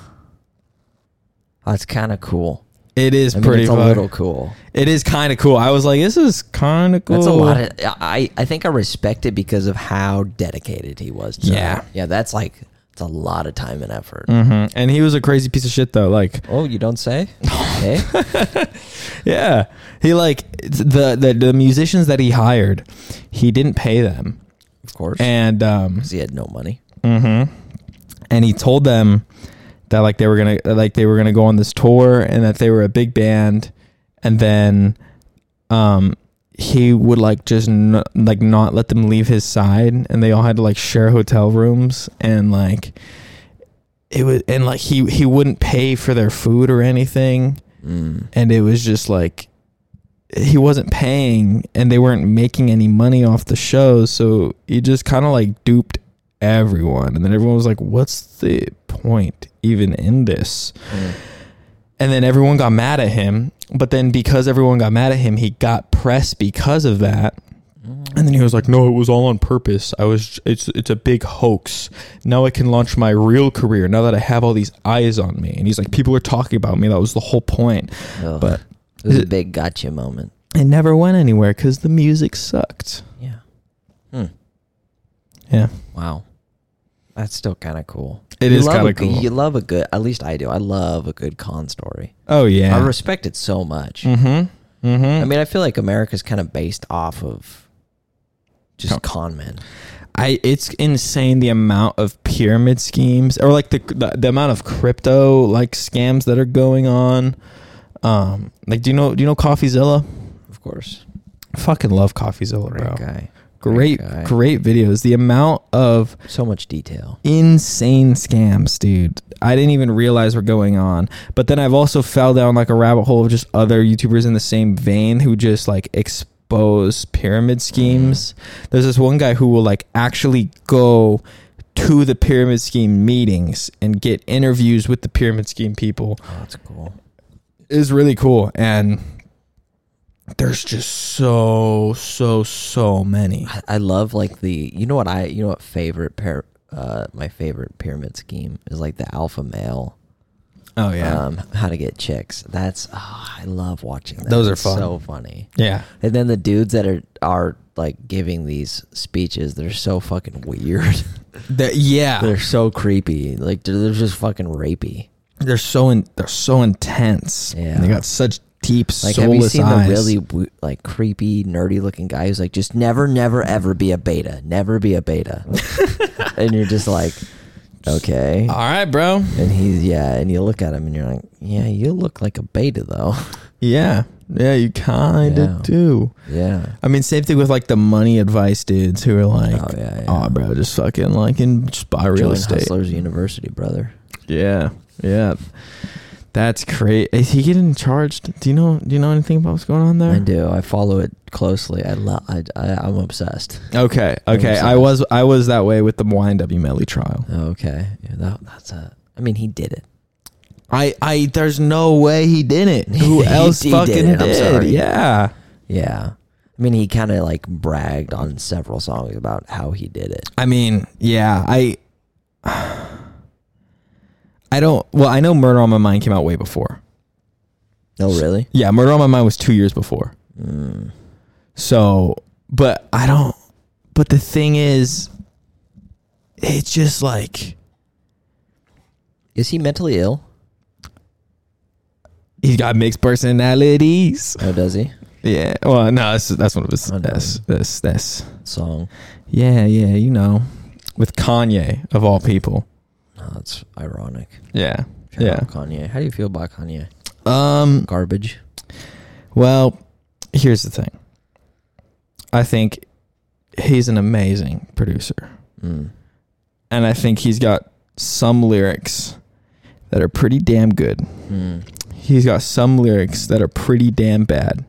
Speaker 3: That's kind of cool.
Speaker 2: It is
Speaker 3: I mean,
Speaker 2: pretty
Speaker 3: it's
Speaker 2: fuck-
Speaker 3: a little cool.
Speaker 2: It is kind of cool. I was like, this is kind of cool.
Speaker 3: That's a lot of. I I think I respect it because of how dedicated he was. To
Speaker 2: Yeah.
Speaker 3: it. yeah. That's like it's a lot of time and effort.
Speaker 2: Mhm. And he was a crazy piece of shit though. Like,
Speaker 3: Oh, you don't say?
Speaker 2: *laughs*
Speaker 3: Eh?
Speaker 2: yeah, he like it's the, the the musicians that he hired, he didn't pay them,
Speaker 3: Of course,
Speaker 2: and um,
Speaker 3: 'Cause he had no money.
Speaker 2: Mm-hmm. And he told them that like they were gonna like they were gonna go on this tour and that they were a big band, and then um he would like just n- like not let them leave his side, and they all had to like share hotel rooms and like it was and like he he wouldn't pay for their food or anything
Speaker 3: Mm.
Speaker 2: and it was just like he wasn't paying and they weren't making any money off the shows so he just kind of like duped everyone. And then everyone was like, what's the point even in this?
Speaker 3: Mm.
Speaker 2: And then everyone got mad at him. But then because everyone got mad at him, he got pressed because of that. And then he was like, "No, it was all on purpose. I was it's it's a big hoax. Now I can launch my real career now that I have all these eyes on me." And he's like, "People are talking about me. That was the whole point."
Speaker 3: Ugh.
Speaker 2: But-
Speaker 3: it was a big gotcha moment.
Speaker 2: It never went anywhere cuz the music sucked.
Speaker 3: Yeah. Hmm.
Speaker 2: Yeah.
Speaker 3: Wow. That's still kind of cool.
Speaker 2: It
Speaker 3: You
Speaker 2: is
Speaker 3: love
Speaker 2: kind
Speaker 3: a
Speaker 2: of
Speaker 3: good-
Speaker 2: cool.
Speaker 3: You love a good. At least I do. I love a good con story.
Speaker 2: Oh yeah.
Speaker 3: I respect it so much.
Speaker 2: mhm. Mhm.
Speaker 3: I mean, I feel like America's kind of based off of just
Speaker 2: Con-
Speaker 3: con men.
Speaker 2: I it's insane the amount of pyramid schemes or like the the, the amount of crypto like scams that are going on. Um like do you know do you know CoffeeZilla?
Speaker 3: Of course.
Speaker 2: Fucking love CoffeeZilla,
Speaker 3: Great
Speaker 2: bro.
Speaker 3: guy.
Speaker 2: Great
Speaker 3: guy.
Speaker 2: great videos. The amount of
Speaker 3: So much detail.
Speaker 2: insane scams, dude. I didn't even realize were going on. But then I've also fell down like a rabbit hole of just other YouTubers in the same vein who just like expose pyramid schemes. There's this one guy who will like actually go to the pyramid scheme meetings and get interviews with the pyramid scheme people
Speaker 3: Oh, that's cool.
Speaker 2: is really cool and there's just so so so many
Speaker 3: I, I love like the. You know what I. You know what favorite pair. Uh, my favorite pyramid scheme is like the alpha male.
Speaker 2: oh yeah
Speaker 3: Um, how to get chicks. That's oh, I love watching that.
Speaker 2: Those are
Speaker 3: It's
Speaker 2: fun.
Speaker 3: So funny.
Speaker 2: yeah
Speaker 3: And then the dudes that are are like giving these speeches, they're so fucking weird. *laughs*
Speaker 2: The- yeah
Speaker 3: they're so creepy. Like they're, they're just fucking rapey.
Speaker 2: they're so in, they're so intense.
Speaker 3: Yeah.
Speaker 2: And they got such deep
Speaker 3: Like have you
Speaker 2: soulless
Speaker 3: seen
Speaker 2: eyes.
Speaker 3: the really w- like creepy nerdy looking guy who's like just never never ever be a beta, never be a
Speaker 2: *laughs*
Speaker 3: beta, and you're just like okay,
Speaker 2: All right, bro.
Speaker 3: and he's yeah, and you look at him and you're like yeah, you look like a beta
Speaker 2: *laughs*
Speaker 3: though.
Speaker 2: Yeah. Yeah, you kind of
Speaker 3: Yeah.
Speaker 2: do.
Speaker 3: yeah,
Speaker 2: I mean, same thing with like the money advice dudes who are like,
Speaker 3: oh yeah, yeah.
Speaker 2: "Oh, bro, just fucking like in just buy real
Speaker 3: Join
Speaker 2: estate."
Speaker 3: Hustlers University, brother.
Speaker 2: Yeah. Yeah. That's crazy. Is he getting charged? Do you know do you know anything about what's going on there?
Speaker 3: I do. I follow it closely. I love. I, I I'm obsessed.
Speaker 2: Okay.
Speaker 3: I'm
Speaker 2: Okay. I
Speaker 3: obsessed.
Speaker 2: was I was that way with the YNW Melly trial.
Speaker 3: Okay, yeah, that, that's a. I mean, he did it.
Speaker 2: I I there's no way
Speaker 3: *laughs*
Speaker 2: he didn't. Who
Speaker 3: He-
Speaker 2: else
Speaker 3: he did
Speaker 2: fucking
Speaker 3: it. I'm
Speaker 2: did?
Speaker 3: sorry.
Speaker 2: Yeah.
Speaker 3: Yeah, I mean, he kind of like bragged on several songs about how he did it.
Speaker 2: I mean, yeah, I I don't well, I know Murder on My Mind came out way before.
Speaker 3: No, Oh, really.
Speaker 2: Yeah, Murder on My Mind was 2 years before.
Speaker 3: Mm.
Speaker 2: So, but I don't but the thing is it's just like
Speaker 3: Is he mentally ill?
Speaker 2: he's got mixed personalities.
Speaker 3: Oh, does he?
Speaker 2: Yeah. Well, no, that's that's one of his
Speaker 3: I know.
Speaker 2: that's that's that's
Speaker 3: Song.
Speaker 2: yeah, yeah, you know, with Kanye of all people.
Speaker 3: No, Oh, that's ironic.
Speaker 2: Yeah.
Speaker 3: Shout
Speaker 2: Yeah.
Speaker 3: out Kanye. How do you feel about Kanye?
Speaker 2: Um
Speaker 3: Garbage.
Speaker 2: Well, here's the thing. I think he's an amazing producer.
Speaker 3: Mm.
Speaker 2: And I think he's got some lyrics that are pretty damn good.
Speaker 3: Mm.
Speaker 2: He's got some lyrics that are pretty damn bad.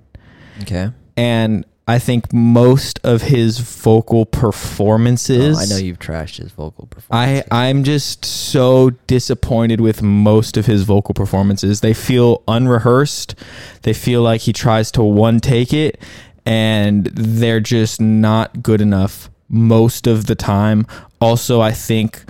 Speaker 3: Okay.
Speaker 2: And I think most of his vocal performances
Speaker 3: Oh, I know you've trashed his vocal
Speaker 2: I
Speaker 3: performance.
Speaker 2: I'm just so disappointed with most of his vocal performances. They feel unrehearsed. They feel like he tries to one take it and they're just not good enough most of the time. Also, I think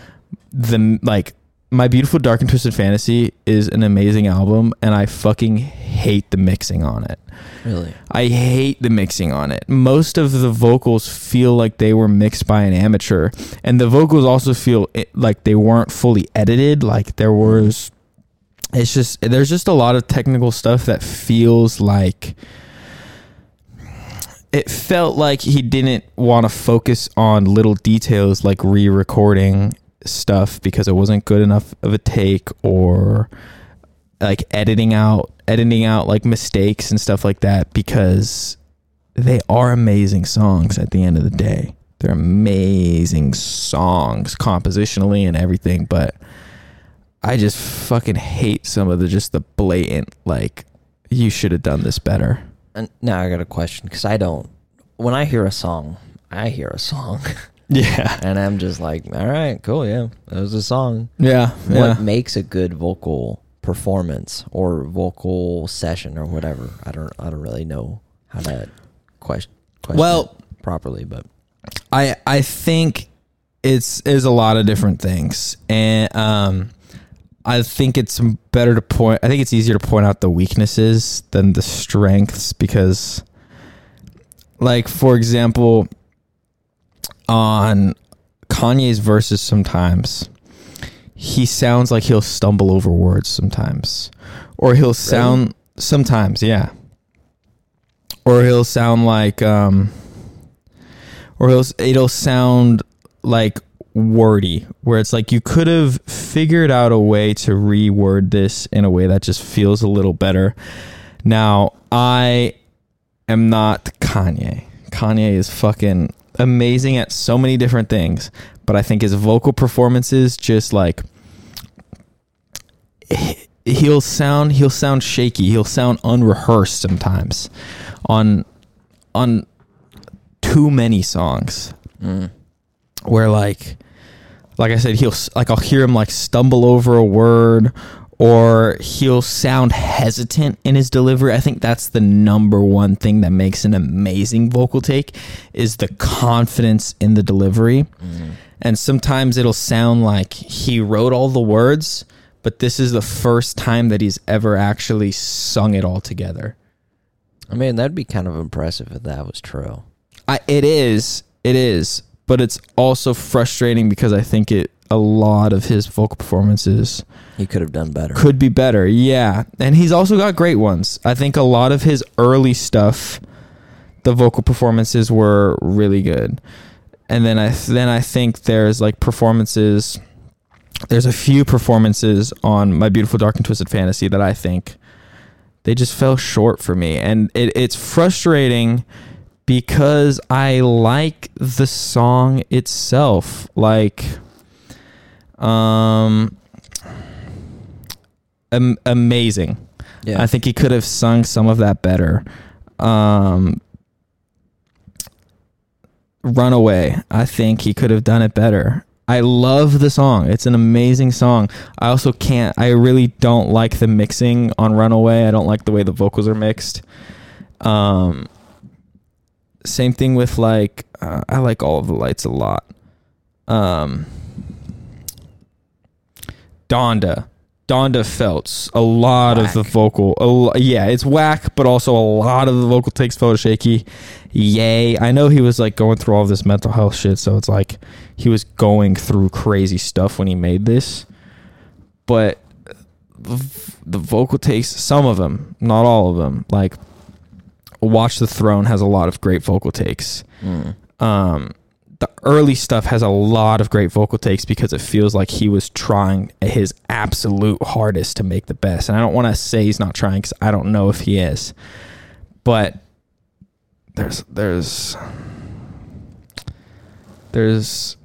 Speaker 2: the like my beautiful dark and twisted fantasy is an amazing album and I fucking hate the mixing on it.
Speaker 3: really.
Speaker 2: I hate the mixing on it. Most of the vocals feel like they were mixed by an amateur, and the vocals also feel i- like they weren't fully edited. Like there was, it's just there's just a lot of technical stuff that feels like it felt like he didn't want to focus on little details like re-recording stuff because it wasn't good enough of a take or like editing out editing out like mistakes and stuff like that because they are amazing songs at the end of the day. They're amazing songs compositionally and everything, but I just fucking hate some of the just the blatant like you should have done this better.
Speaker 3: And now I got a question because I don't. When I hear a song, *laughs* I hear a song.
Speaker 2: Yeah.
Speaker 3: And I'm just like, all right, cool, yeah. That was a song.
Speaker 2: Yeah.
Speaker 3: What
Speaker 2: Yeah.
Speaker 3: makes a good vocal performance or vocal session or whatever? I don't I don't really know how to question, question
Speaker 2: Well,
Speaker 3: it properly, but
Speaker 2: I I think it's is a lot of different things, and um, I think it's better to point. I think it's easier to point out the weaknesses than the strengths because, like for example, on Kanye's verses, sometimes he sounds like he'll stumble over words sometimes, or he'll sound sometimes, yeah, or he'll sound like um or it'll, it'll sound like wordy where it's like you could have figured out a way to reword this in a way that just feels a little better now i am not kanye kanye is fucking amazing at so many different things but i think his vocal performances just like he- he'll sound he'll sound shaky he'll sound unrehearsed sometimes on on too many songs
Speaker 3: Mm.
Speaker 2: where like like i said he'll s- like i'll hear him like stumble over a word or he'll sound hesitant in his delivery i think that's the number one thing that makes an amazing vocal take is the confidence in the delivery and sometimes it'll sound like he wrote all the words but this is the first time that he's ever actually sung it all together
Speaker 3: I mean that'd be kind of impressive if that was true.
Speaker 2: I, it is, it is, but it's also frustrating because I think it a lot of his vocal performances
Speaker 3: He could have done better.
Speaker 2: could be better. Yeah, and he's also got great ones. I think a lot of his early stuff, the vocal performances were really good, and then I then I think there's like performances. There's a few performances on My Beautiful Dark and Twisted Fantasy that I think they just fell short for me, and it, it's frustrating because I like the song itself. Like, um, am- amazing.
Speaker 3: yeah.
Speaker 2: I think he could have sung some of that better. Um, Runaway, I think he could have done it better. I love the song. It's an amazing song. I also can't, I really don't like the mixing on Runaway. I don't like the way the vocals are mixed. Um, same thing with like, uh, I like All of the Lights a lot. Um, Donda. Donda Feltz. A lot of the
Speaker 3: Whack.
Speaker 2: vocal. A, lo- yeah, it's whack, but also a lot of the vocal takes photo shaky. Yay. I know he was like going through all this mental health shit, so it's like he was going through crazy stuff when he made this. But the v- the vocal takes, some of them, not all of them. Like, Watch the Throne has a lot of great vocal takes
Speaker 3: Mm.
Speaker 2: um, the early stuff has a lot of great vocal takes because it feels like he was trying his absolute hardest to make the best. And I don't want to say he's not trying because I don't know if he is, but there's there's there's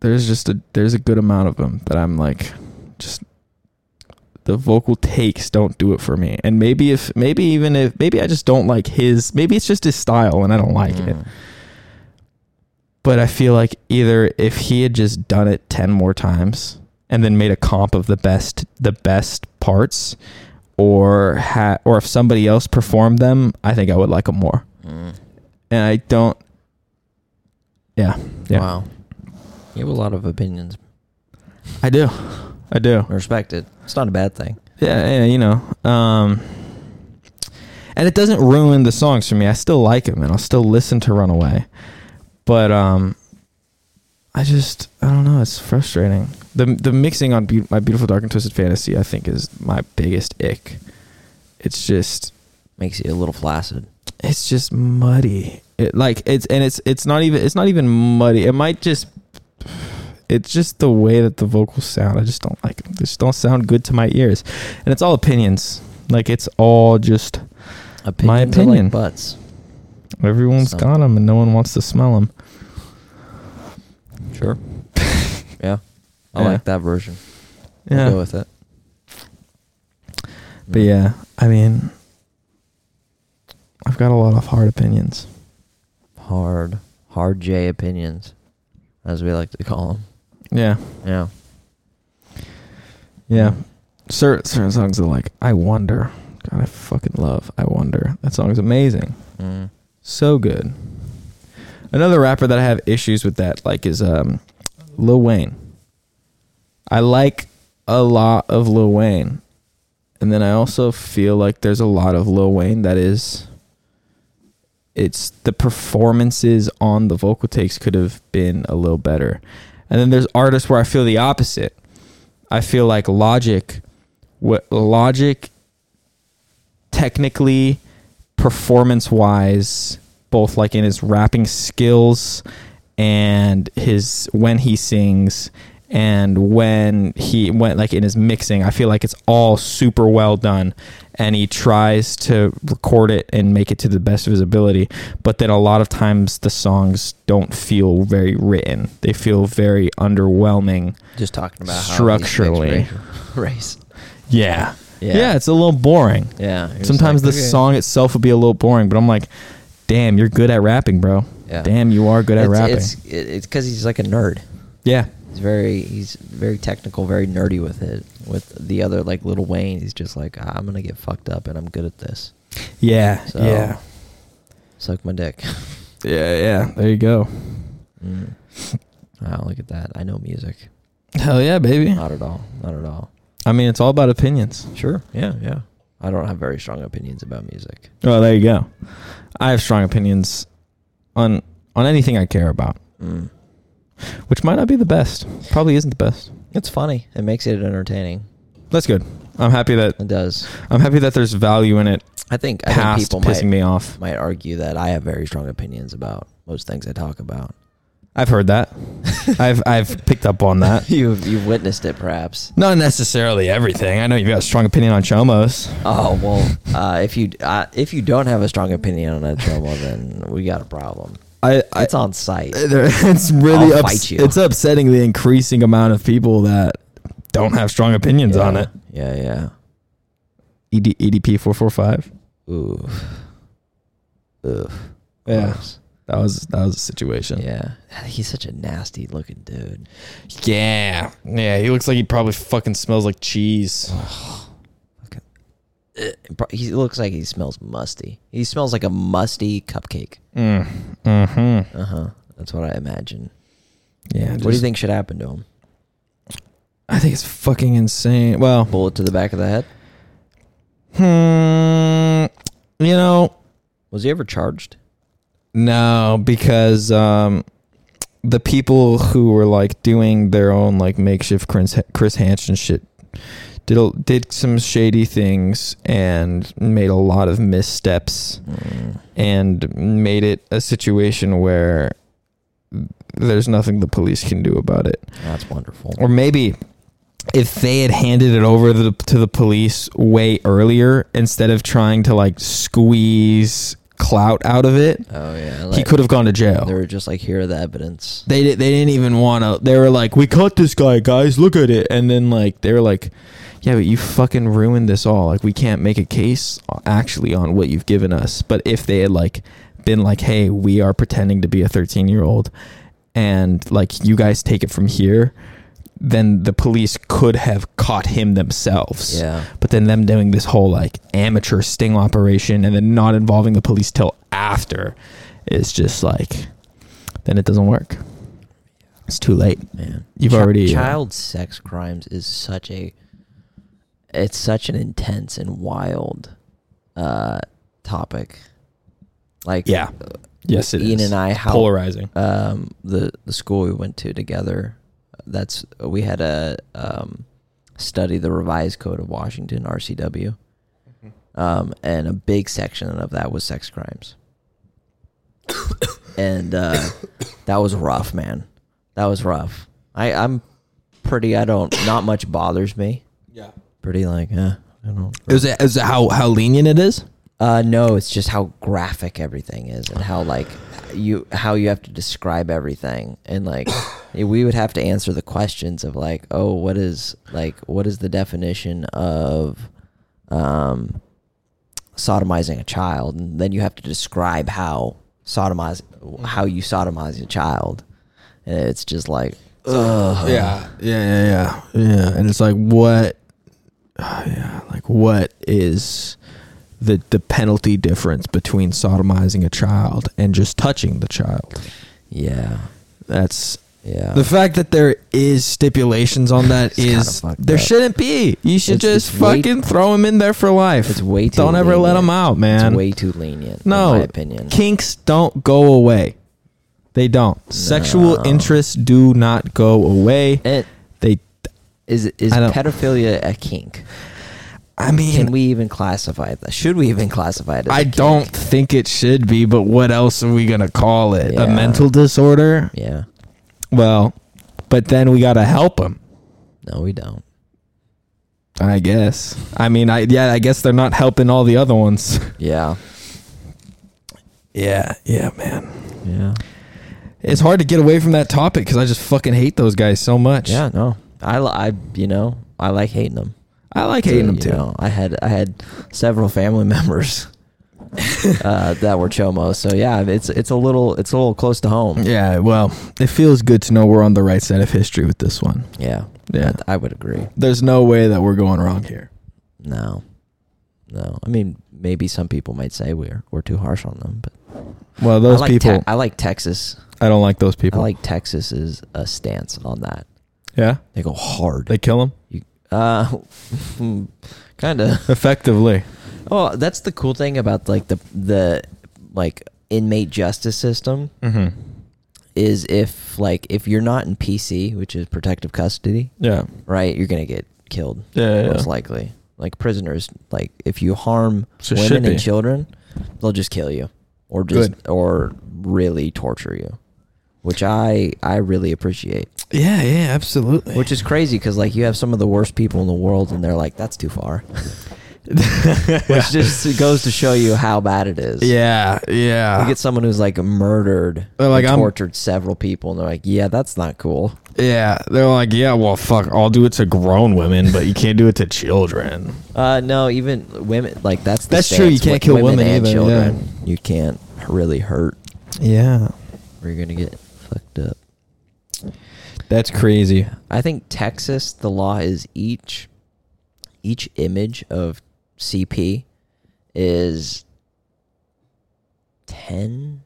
Speaker 2: there's just a there's a good amount of them that I'm like just the vocal takes don't do it for me. And maybe if maybe even if maybe I just don't like his maybe it's just his style and I don't like it.
Speaker 3: Mm.
Speaker 2: But I feel like either if he had just done it 10 more times and then made a comp of the best the best parts or ha- or if somebody else performed them, I think I would like them more.
Speaker 3: Mm.
Speaker 2: And I don't Yeah. Yeah.
Speaker 3: Wow. You have a lot of opinions.
Speaker 2: I do. I do.
Speaker 3: Respect it. It's not a bad thing.
Speaker 2: Yeah, yeah, you know. Um and it doesn't ruin the songs for me. I still like them and I'll still listen to Runaway. But um I just I don't know, it's frustrating. The the mixing on Beau- my beautiful dark and twisted fantasy I think is my biggest ick. It's just
Speaker 3: Makes you a little flaccid.
Speaker 2: it's just muddy. It like it's and it's it's not even it's not even muddy. It might just it's just the way that the vocals sound. I just don't like them. They just don't sound good to my ears. And it's all opinions. Like it's all just
Speaker 3: Opinions are like
Speaker 2: opinion.
Speaker 3: butts.
Speaker 2: everyone's
Speaker 3: So-
Speaker 2: got 'em got them and no one wants to smell them.
Speaker 3: Sure. yeah. I
Speaker 2: Yeah.
Speaker 3: like that version. I'll
Speaker 2: Yeah.
Speaker 3: go with it.
Speaker 2: But yeah, I mean I've got a lot of hard opinions.
Speaker 3: Mm. Hard. Hard J opinions. as we like to call them.
Speaker 2: Yeah.
Speaker 3: Yeah.
Speaker 2: Yeah. Certain, certain songs are like, I wonder. God, I fucking love I Wonder. That song's amazing.
Speaker 3: Mm.
Speaker 2: So good. Another rapper that I have issues with that like is um Lil Wayne. I like a lot of Lil Wayne. And then I also feel like there's a lot of Lil Wayne that is it's the performances on the vocal takes could have been a little better. And then there's artists where I feel the opposite. I feel like Logic what Logic technically performance wise, both like in his rapping skills and his when he sings and when he went like in his mixing, I feel like it's all super well done and he tries to record it and make it to the best of his ability. But then a lot of times the songs don't feel very written. They feel very underwhelming.
Speaker 3: Just talking about
Speaker 2: Structurally.
Speaker 3: how *laughs* he race.
Speaker 2: Yeah.
Speaker 3: Yeah.
Speaker 2: Yeah, it's a little boring.
Speaker 3: Yeah. It was
Speaker 2: Sometimes
Speaker 3: like,
Speaker 2: the
Speaker 3: okay.
Speaker 2: song itself would be a little boring, but I'm like, damn, you're good at rapping, bro.
Speaker 3: Yeah.
Speaker 2: Damn, you are good at
Speaker 3: it's,
Speaker 2: rapping.
Speaker 3: It's it- it's because he's like a nerd.
Speaker 2: yeah.
Speaker 3: He's very he's very technical, very nerdy with it. With the other like little Wayne, he's just like "Ah, I'm gonna get fucked up and I'm good at this.
Speaker 2: Yeah.
Speaker 3: So-
Speaker 2: Yeah.
Speaker 3: Suck my dick. *laughs*
Speaker 2: Yeah. Yeah. There you go.
Speaker 3: Mm. Wow, look at that. I know music.
Speaker 2: Hell yeah, baby.
Speaker 3: Not at all. Not at all.
Speaker 2: I mean, it's all about opinions.
Speaker 3: Sure. Yeah. Yeah. I don't have very strong opinions about music.
Speaker 2: Well, Oh, there you go. I have strong opinions on on anything I care about,
Speaker 3: Mm.
Speaker 2: which might not be the best. Probably isn't the best.
Speaker 3: It's funny. It makes it entertaining.
Speaker 2: That's good. I'm happy that
Speaker 3: It does.
Speaker 2: I'm happy that there's value in it
Speaker 3: I think I think
Speaker 2: past
Speaker 3: people
Speaker 2: pissing
Speaker 3: might
Speaker 2: me off.
Speaker 3: might argue that I have very strong opinions about most things I talk about.
Speaker 2: I've heard that. I've I've picked up on
Speaker 3: *laughs*
Speaker 2: that.
Speaker 3: you've you've witnessed it, perhaps.
Speaker 2: Not necessarily everything. I know you've got a strong opinion on Chomos.
Speaker 3: Oh well, uh, if you uh, if you don't have a strong opinion on that trouble, then we got a problem.
Speaker 2: *laughs* I,
Speaker 3: It's on site.
Speaker 2: *laughs* there- it's really
Speaker 3: I'll
Speaker 2: ups-
Speaker 3: fight you.
Speaker 2: it's upsetting the increasing amount of people that don't have strong opinions
Speaker 3: yeah.
Speaker 2: on it. E
Speaker 3: Yeah, yeah.
Speaker 2: ED, EDP four four five.
Speaker 3: Ooh. Ugh.
Speaker 2: Yeah.
Speaker 3: Gross.
Speaker 2: That was that was a situation.
Speaker 3: Yeah. *sighs* He's such a nasty looking dude.
Speaker 2: Yeah, yeah. He looks like he probably fucking smells like cheese.
Speaker 3: Pro- He looks like he smells musty. He smells like a musty cupcake.
Speaker 2: Mm. Hmm.
Speaker 3: Uh huh. That's what I imagine.
Speaker 2: Yeah.
Speaker 3: what do you think should happen to him?
Speaker 2: I think it's fucking insane. Well,
Speaker 3: Bullet to the back of the head?
Speaker 2: hmm. You know,
Speaker 3: Was he ever charged?
Speaker 2: No, because um, the people who were like doing their own like makeshift Chris, Chris Hansen shit did a- did some shady things and made a lot of missteps Mm. and made it a situation where there's nothing the police can do about it.
Speaker 3: That's wonderful.
Speaker 2: Or maybe if they had handed it over to the, to the police way earlier instead of trying to like squeeze clout out of it
Speaker 3: Oh yeah.
Speaker 2: he
Speaker 3: like,
Speaker 2: could have gone to jail.
Speaker 3: They were just like, here are the evidence.
Speaker 2: They did, they didn't even want to. They were like, "We caught this guy, guys. Look at it." And then like they were like, "Yeah, but you fucking ruined this all. Like we can't make a case actually on what you've given us." But if they had like been like, "Hey, we are pretending to be a 13-year-old and like you guys take it from here," then the police could have caught him themselves.
Speaker 3: Yeah.
Speaker 2: But then them doing this whole like amateur sting operation and then not involving the police till after is just like then it doesn't work. It's too late.
Speaker 3: Man.
Speaker 2: You've already, uh,
Speaker 3: child sex crimes is such a it's such an intense and wild uh topic. Like
Speaker 2: Yeah. Yes, it is.
Speaker 3: Ian and I how
Speaker 2: polarizing.
Speaker 3: um, the the school we went to together. That's we had a um, study the revised code of Washington RCW, um, and a big section of that was sex crimes, and uh, that was rough, man. That was rough. I I'm pretty. I don't. Not much bothers me.
Speaker 2: Yeah.
Speaker 3: Pretty like eh, I don't.
Speaker 2: Is it is it how how lenient it is?
Speaker 3: Uh, no, it's just how graphic everything is and how like you how you have to describe everything and like we would have to answer the questions of like oh what is like what is the definition of um sodomizing a child and then you have to describe how sodomize how you sodomize a child and it's just like, ugh.
Speaker 2: yeah, yeah, yeah, yeah, yeah. And it's like, what? *sighs* ah, yeah, like what is the the penalty difference between sodomizing a child and just touching the child?
Speaker 3: yeah,
Speaker 2: That's
Speaker 3: yeah.
Speaker 2: the fact that there is stipulations on that
Speaker 3: *laughs* It's kinda
Speaker 2: is
Speaker 3: fucked
Speaker 2: there
Speaker 3: up.
Speaker 2: shouldn't be. You should
Speaker 3: It's-
Speaker 2: just
Speaker 3: it's way-
Speaker 2: fucking throw him in there for life.
Speaker 3: it's way too.
Speaker 2: Don't ever
Speaker 3: lenient.
Speaker 2: let him out, man.
Speaker 3: It's way too lenient.
Speaker 2: No.
Speaker 3: in my opinion.
Speaker 2: Kinks don't go away. They don't. Sexual
Speaker 3: No.
Speaker 2: interests do not go away.
Speaker 3: It
Speaker 2: They
Speaker 3: is is
Speaker 2: I don't-
Speaker 3: pedophilia a kink?
Speaker 2: I mean
Speaker 3: Can we even classify that? Should we even classify it? As a
Speaker 2: I
Speaker 3: kink?
Speaker 2: don't think it should be, but what else are we gonna call it? A
Speaker 3: Yeah.
Speaker 2: mental disorder?
Speaker 3: Yeah.
Speaker 2: Well, but then we gotta help them.
Speaker 3: No, we don't.
Speaker 2: I guess. I mean, I yeah, I guess they're not helping all the other ones.
Speaker 3: Yeah.
Speaker 2: Yeah, yeah, man.
Speaker 3: Yeah.
Speaker 2: It's hard to get away from that topic because I just fucking hate those guys so much.
Speaker 3: Yeah. No. I li- I you know I like hating them.
Speaker 2: I like hating them
Speaker 3: You
Speaker 2: too.
Speaker 3: know, I had I had several family *laughs* members uh, that were chomos. So yeah, it's it's a little it's a little close to home.
Speaker 2: Yeah, well, it feels good to know we're on the right side of history with this one.
Speaker 3: Yeah.
Speaker 2: Yeah.
Speaker 3: I, I would agree.
Speaker 2: There's no way that we're going wrong here.
Speaker 3: No. No. I mean, maybe some people might say we're we're too harsh on them, but
Speaker 2: Well,
Speaker 3: I
Speaker 2: those
Speaker 3: like
Speaker 2: people,
Speaker 3: Te- I like Texas.
Speaker 2: I don't like those people.
Speaker 3: I like Texas's uh, stance on that.
Speaker 2: yeah,
Speaker 3: They go hard.
Speaker 2: they kill them
Speaker 3: Uh, *laughs* kind of.
Speaker 2: effectively.
Speaker 3: Oh, that's the cool thing about like the the like inmate justice system
Speaker 2: Mm-hmm.
Speaker 3: is if like if you're not in PC, which is protective custody,
Speaker 2: Yeah,
Speaker 3: right, you're gonna get killed
Speaker 2: yeah, yeah.
Speaker 3: most likely. Like prisoners, like if you harm
Speaker 2: So it should
Speaker 3: women
Speaker 2: be.
Speaker 3: and children, they'll just kill you or just or really torture you, which I I really appreciate.
Speaker 2: yeah, yeah, absolutely.
Speaker 3: Which
Speaker 2: *laughs*
Speaker 3: is crazy because like you have some of the worst people in the world, and they're like, that's too
Speaker 2: *laughs*
Speaker 3: far. *laughs* Which just goes to show you how bad it is.
Speaker 2: yeah,
Speaker 3: You
Speaker 2: yeah,
Speaker 3: get someone who's like murdered,
Speaker 2: They're like,
Speaker 3: and
Speaker 2: I'm-
Speaker 3: tortured several people, and they're like, "Yeah, that's not cool."
Speaker 2: yeah. They're like, yeah, well, fuck, I'll do it to grown women, but you can't do it to children.
Speaker 3: Uh, no, even women like that's the
Speaker 2: That's true, you
Speaker 3: stance.
Speaker 2: can't
Speaker 3: Wo-
Speaker 2: kill women
Speaker 3: and
Speaker 2: either,
Speaker 3: children. You can't really hurt,
Speaker 2: Yeah,
Speaker 3: or you're gonna get fucked up.
Speaker 2: that's crazy.
Speaker 3: I think Texas, the law is each each image of CP is ten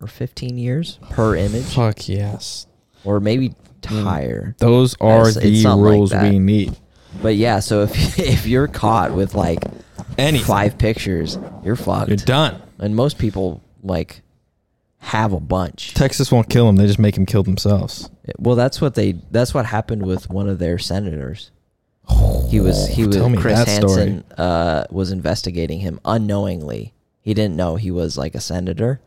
Speaker 3: or fifteen years per image,
Speaker 2: Fuck yes,
Speaker 3: or maybe
Speaker 2: Mm.
Speaker 3: higher.
Speaker 2: those are
Speaker 3: It's- it's
Speaker 2: the
Speaker 3: something like
Speaker 2: rules
Speaker 3: that.
Speaker 2: we need.
Speaker 3: But yeah, so if *laughs* if you're caught with like
Speaker 2: Anything.
Speaker 3: five pictures, you're fucked.
Speaker 2: You're done.
Speaker 3: And most people like have a bunch.
Speaker 2: Texas won't kill them; they just make them kill themselves.
Speaker 3: Well, that's what they. That's what happened with one of their senators. He was he was
Speaker 2: Tell me
Speaker 3: Chris
Speaker 2: that story.
Speaker 3: Hansen uh, was investigating him unknowingly. He didn't know he was like a senator,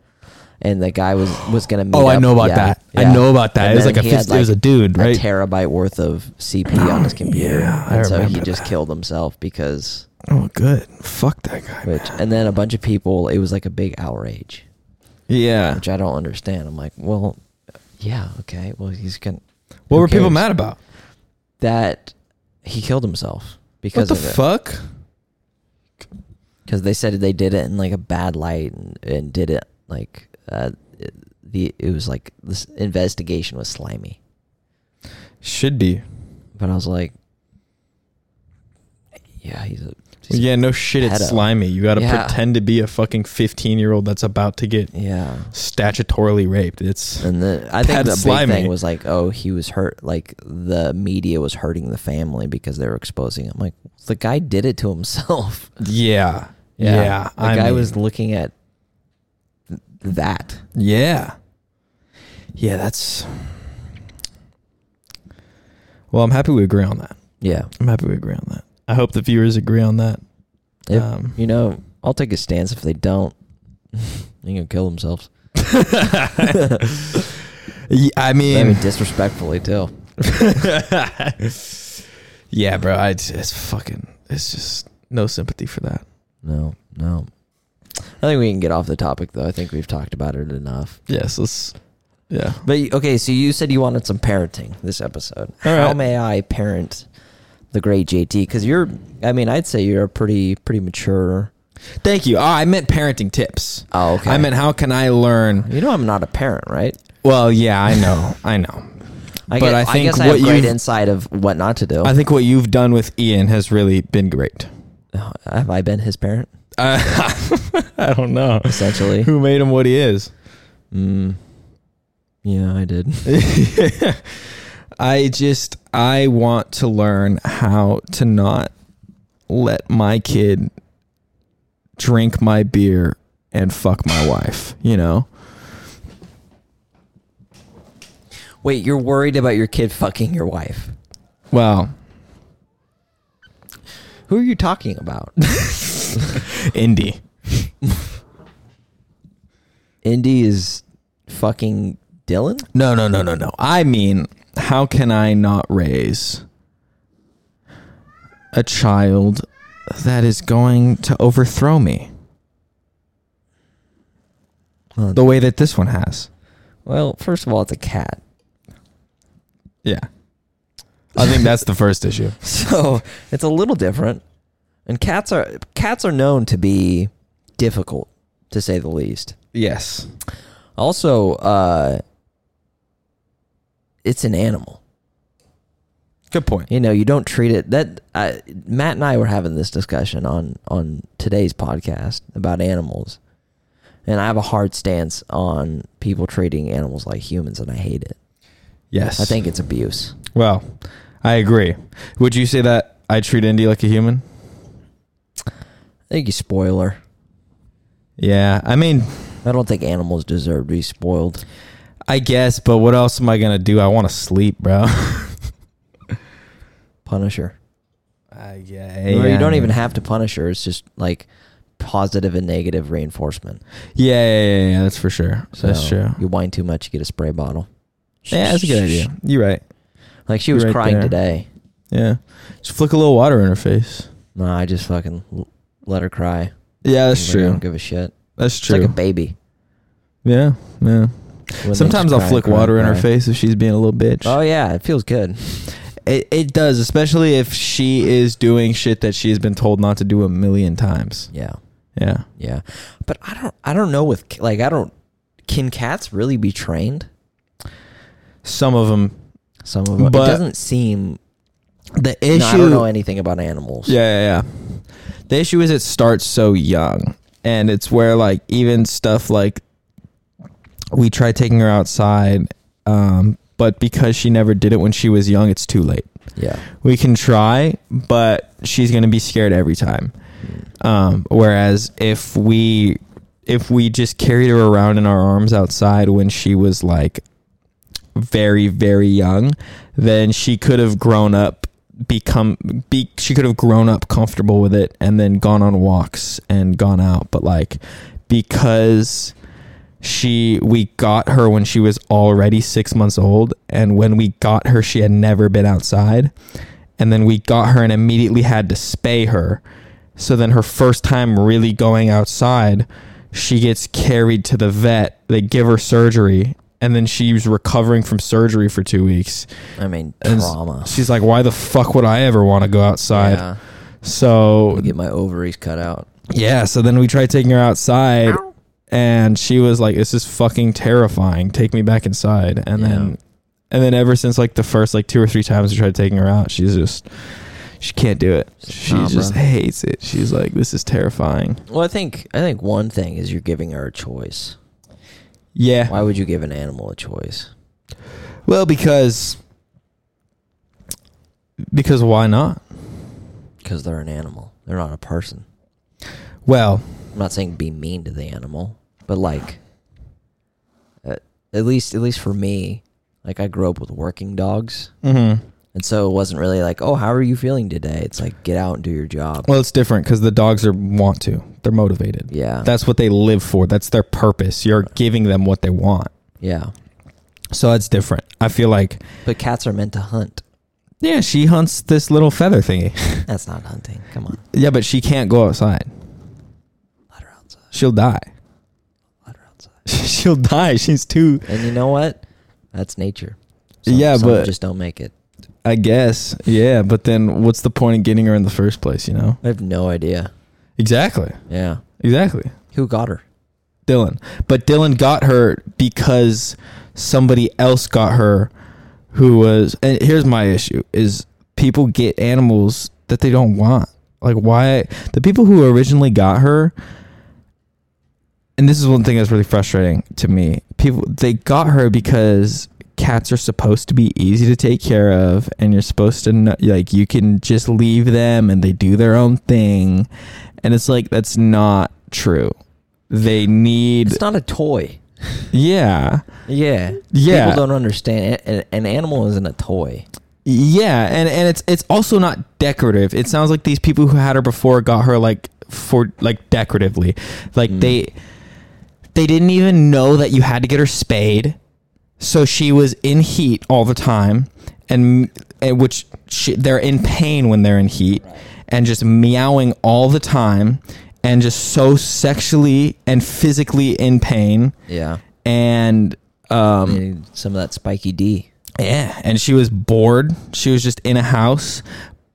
Speaker 3: and the guy was was gonna. Meet
Speaker 2: Oh, I
Speaker 3: up-
Speaker 2: know about
Speaker 3: yeah,
Speaker 2: that. I
Speaker 3: yeah.
Speaker 2: know about that.
Speaker 3: And
Speaker 2: it was
Speaker 3: then
Speaker 2: like a
Speaker 3: he had,
Speaker 2: 50, it was a
Speaker 3: like,
Speaker 2: dude,
Speaker 3: a
Speaker 2: right?
Speaker 3: terabyte worth of CP on his computer,
Speaker 2: *clears throat* yeah, I
Speaker 3: and so he
Speaker 2: remember
Speaker 3: just
Speaker 2: that.
Speaker 3: killed himself because.
Speaker 2: oh, good. Fuck that guy.
Speaker 3: Which
Speaker 2: man.
Speaker 3: and then a bunch of people, it was like a big outrage,
Speaker 2: yeah.
Speaker 3: which I don't understand. I'm like, well, yeah, okay, well he's gonna
Speaker 2: What
Speaker 3: who
Speaker 2: were people
Speaker 3: cares?
Speaker 2: mad about?
Speaker 3: that he killed himself
Speaker 2: What
Speaker 3: because
Speaker 2: the
Speaker 3: of it.
Speaker 2: fuck?
Speaker 3: because they said they did it in like a bad light and, and did it like uh, it- the it was like this investigation was slimy.
Speaker 2: Should be.
Speaker 3: But I was like, yeah, he's a he's a-
Speaker 2: yeah, no shit. It's
Speaker 3: pedo.
Speaker 2: slimy. You got to
Speaker 3: Yeah.
Speaker 2: pretend to be a fucking 15 year old that's about to get
Speaker 3: yeah.
Speaker 2: statutorily raped. It's
Speaker 3: And then I think
Speaker 2: That's
Speaker 3: the
Speaker 2: slimy.
Speaker 3: big thing was like, oh, he was hurt. Like the media was hurting the family because they were exposing him. Like the guy did it to himself. *laughs*
Speaker 2: yeah, yeah.
Speaker 3: the guy was looking at th- that.
Speaker 2: Yeah. Yeah, that's. Well, I'm happy we agree on that.
Speaker 3: Yeah,
Speaker 2: I'm happy we agree on that. I hope the viewers agree on that.
Speaker 3: If-
Speaker 2: Um,
Speaker 3: you know, I'll take a stance if they don't. *laughs* They gonna kill themselves.
Speaker 2: *laughs* Ye- I
Speaker 3: Maybe
Speaker 2: mean,
Speaker 3: disrespectfully too.
Speaker 2: *laughs* yeah, bro. I just, it's fucking. It's just no sympathy for that.
Speaker 3: No, no. I think we can get off the topic though. I think we've talked about it enough.
Speaker 2: Yes, let's. Yeah.
Speaker 3: But y- okay, so you said you wanted some parenting this episode.
Speaker 2: All
Speaker 3: How
Speaker 2: right.
Speaker 3: may I parent the great JT? Because you're, I mean, I'd say you're a pretty pretty mature.
Speaker 2: Thank you. Oh, I meant parenting tips.
Speaker 3: Oh, okay.
Speaker 2: I meant how can I learn?
Speaker 3: you know, I'm not a parent, right?
Speaker 2: Well, yeah, I know, I know.
Speaker 3: I
Speaker 2: But
Speaker 3: guess,
Speaker 2: I
Speaker 3: I
Speaker 2: think
Speaker 3: guess I
Speaker 2: what
Speaker 3: have great
Speaker 2: you've-
Speaker 3: insight of what not to do.
Speaker 2: I think what you've done with Ian has really been great.
Speaker 3: Uh, have I been his parent
Speaker 2: Uh, *laughs* I don't know
Speaker 3: essentially?
Speaker 2: *laughs* who made him what he is.
Speaker 3: mm. Yeah, I did.
Speaker 2: *laughs* I just I want to learn how to not let my kid drink my beer and fuck my wife, you know?
Speaker 3: Wait, you're worried about your kid fucking your wife?
Speaker 2: Well,
Speaker 3: Who are you talking
Speaker 2: *laughs*
Speaker 3: about?
Speaker 2: Indy.
Speaker 3: Indy is fucking Dylan.
Speaker 2: No, no, no, no, no. I mean, how can I not raise a child that is going to overthrow me
Speaker 3: Well,
Speaker 2: the way that this one has?
Speaker 3: well, first of all, it's a cat.
Speaker 2: Yeah. I think that's the first issue.
Speaker 3: so it's a little different. And cats are cats are known to be difficult, to say the least.
Speaker 2: *laughs* Yes.
Speaker 3: Also, uh, it's an animal.
Speaker 2: Good point.
Speaker 3: You know, you don't treat it that. Uh, Matt and I were having this discussion on on today's podcast about animals, and I have a hard stance on people treating animals like humans, and I hate it.
Speaker 2: Yes.
Speaker 3: I think it's abuse.
Speaker 2: Well, I agree. Would you say that I treat Indy like a human?
Speaker 3: I think you spoiler.
Speaker 2: Yeah. I mean,
Speaker 3: I don't think animals deserve to be spoiled.
Speaker 2: I guess, but what else am I going to do? I want to sleep, bro. *laughs*
Speaker 3: Punisher.
Speaker 2: Uh,
Speaker 3: Or you don't even have to punish her. It's just like positive and negative reinforcement.
Speaker 2: Yeah, yeah, yeah, yeah, that's for sure. that's
Speaker 3: So,
Speaker 2: true.
Speaker 3: You whine too much, you get a spray bottle.
Speaker 2: Yeah, that's a good idea. You're right.
Speaker 3: Like she
Speaker 2: You're
Speaker 3: was
Speaker 2: right
Speaker 3: crying
Speaker 2: there.
Speaker 3: today.
Speaker 2: Yeah, just flick a little water in her face.
Speaker 3: No, I just fucking l- let her cry.
Speaker 2: Yeah, that's
Speaker 3: Like, I
Speaker 2: true.
Speaker 3: don't give a shit.
Speaker 2: That's
Speaker 3: It's
Speaker 2: true.
Speaker 3: like a baby.
Speaker 2: yeah, yeah.
Speaker 3: when they
Speaker 2: Sometimes
Speaker 3: just
Speaker 2: I'll
Speaker 3: cry,
Speaker 2: flick
Speaker 3: cry,
Speaker 2: water in her
Speaker 3: cry.
Speaker 2: face if she's being a little bitch.
Speaker 3: Oh yeah, it feels good.
Speaker 2: it it does, especially if she is doing shit that she has been told not to do a million times.
Speaker 3: Yeah,
Speaker 2: Yeah.
Speaker 3: yeah. But I don't. I don't know with c- like I don't. Can cats really be trained?
Speaker 2: Some of them.
Speaker 3: Some of them.
Speaker 2: But-
Speaker 3: it doesn't seem.
Speaker 2: The
Speaker 3: no,
Speaker 2: issue.
Speaker 3: I don't know anything about animals.
Speaker 2: Yeah, yeah, yeah. The issue is it starts so young, and it's where like even stuff like we try taking her outside, um, but because she never did it when she was young, it's too late.
Speaker 3: Yeah.
Speaker 2: We can try, but she's gonna be scared every time. Um, whereas if we if we just carried her around in our arms outside when she was like very very young, then she could have grown up become be she could have grown up comfortable with it and then gone on walks and gone out but like because she we got her when she was already 6 months old and when we got her she had never been outside and then we got her and immediately had to spay her so then her first time really going outside she gets carried to the vet they give her surgery and then she's recovering from surgery for 2 weeks
Speaker 3: I mean
Speaker 2: And s-
Speaker 3: trauma.
Speaker 2: She's like, why the fuck would I ever want to go outside?
Speaker 3: Yeah.
Speaker 2: So,
Speaker 3: Get my ovaries cut out.
Speaker 2: yeah. So then we tried taking her outside and she was like, this is fucking terrifying. Take me back inside. And
Speaker 3: Yeah.
Speaker 2: then, and then ever since like the first like two or three times we tried taking her out, she's just, she can't do it. She
Speaker 3: Nah,
Speaker 2: just
Speaker 3: bro.
Speaker 2: hates it. She's like, this is terrifying.
Speaker 3: Well, I think I think one thing is you're giving her a choice.
Speaker 2: Yeah.
Speaker 3: Why would you give an animal a choice?
Speaker 2: Well, because, because why not?
Speaker 3: Because they're an animal. They're not a person.
Speaker 2: Well,
Speaker 3: I'm not saying be mean to the animal, but like, uh, at least at least for me, like I grew up with working dogs,
Speaker 2: mhm.
Speaker 3: and so it wasn't really like, oh, how are you feeling today? It's like get out and do your job.
Speaker 2: well, it's different because the dogs are want to, they're motivated.
Speaker 3: Yeah,
Speaker 2: That's what they live for. That's their purpose. You're giving them what they want.
Speaker 3: yeah.
Speaker 2: So that's different. I feel like,
Speaker 3: But cats are meant to hunt.
Speaker 2: yeah, she hunts this little feather thingy. *laughs*
Speaker 3: That's not hunting. Come on,
Speaker 2: yeah, but she can't go outside.
Speaker 3: let her outside.
Speaker 2: She'll die. *laughs*
Speaker 3: Let her outside.
Speaker 2: She'll die. She's too,
Speaker 3: And you know what? That's nature.
Speaker 2: Yeah,
Speaker 3: some
Speaker 2: but-
Speaker 3: just don't make it.
Speaker 2: I guess. Yeah, but then what's the point of getting her in the first place, you know?
Speaker 3: I have no idea.
Speaker 2: Exactly.
Speaker 3: Yeah.
Speaker 2: Exactly.
Speaker 3: Who got her?
Speaker 2: Dylan. But Dylan got her because somebody else got her who was and here's my issue is people get animals that they don't want. Like why the people who originally got her and this is one thing that's really frustrating to me. People they got her because cats are supposed to be easy to take care of and you're supposed to kn- like you can just leave them and they do their own thing and it's like that's not true they need
Speaker 3: It's not a toy.
Speaker 2: yeah
Speaker 3: Yeah.
Speaker 2: Yeah.
Speaker 3: People don't understand. An, an animal isn't a toy.
Speaker 2: yeah and and it's it's also not decorative it sounds like these people who had her before got her like for like decoratively like
Speaker 3: Mm.
Speaker 2: they they didn't even know that you had to get her spayed so she was in heat all the time and, and which she, they're in pain when they're in heat and just meowing all the time and just so sexually and physically in pain
Speaker 3: Yeah.
Speaker 2: and um
Speaker 3: You need some of that spiky D.
Speaker 2: yeah, and she was bored. She was just in a house,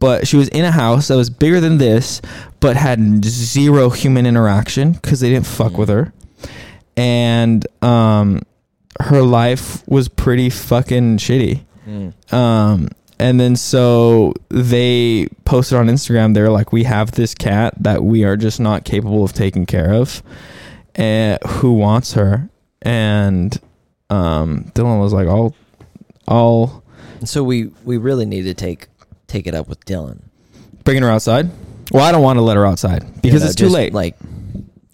Speaker 2: but she was in a house that was bigger than this, but had zero human interaction because they didn't fuck with her. And um, her life was pretty fucking shitty. Um, and then so they posted on Instagram. They're like, "We have this cat that we are just not capable of taking care of, and who wants her?" And um, Dylan was like, "I'll, I'll
Speaker 3: And so we we really need to take take it up with Dylan
Speaker 2: bring her outside." Well, I don't want to let her outside
Speaker 3: You
Speaker 2: because
Speaker 3: know,
Speaker 2: it's too
Speaker 3: just,
Speaker 2: late.
Speaker 3: Like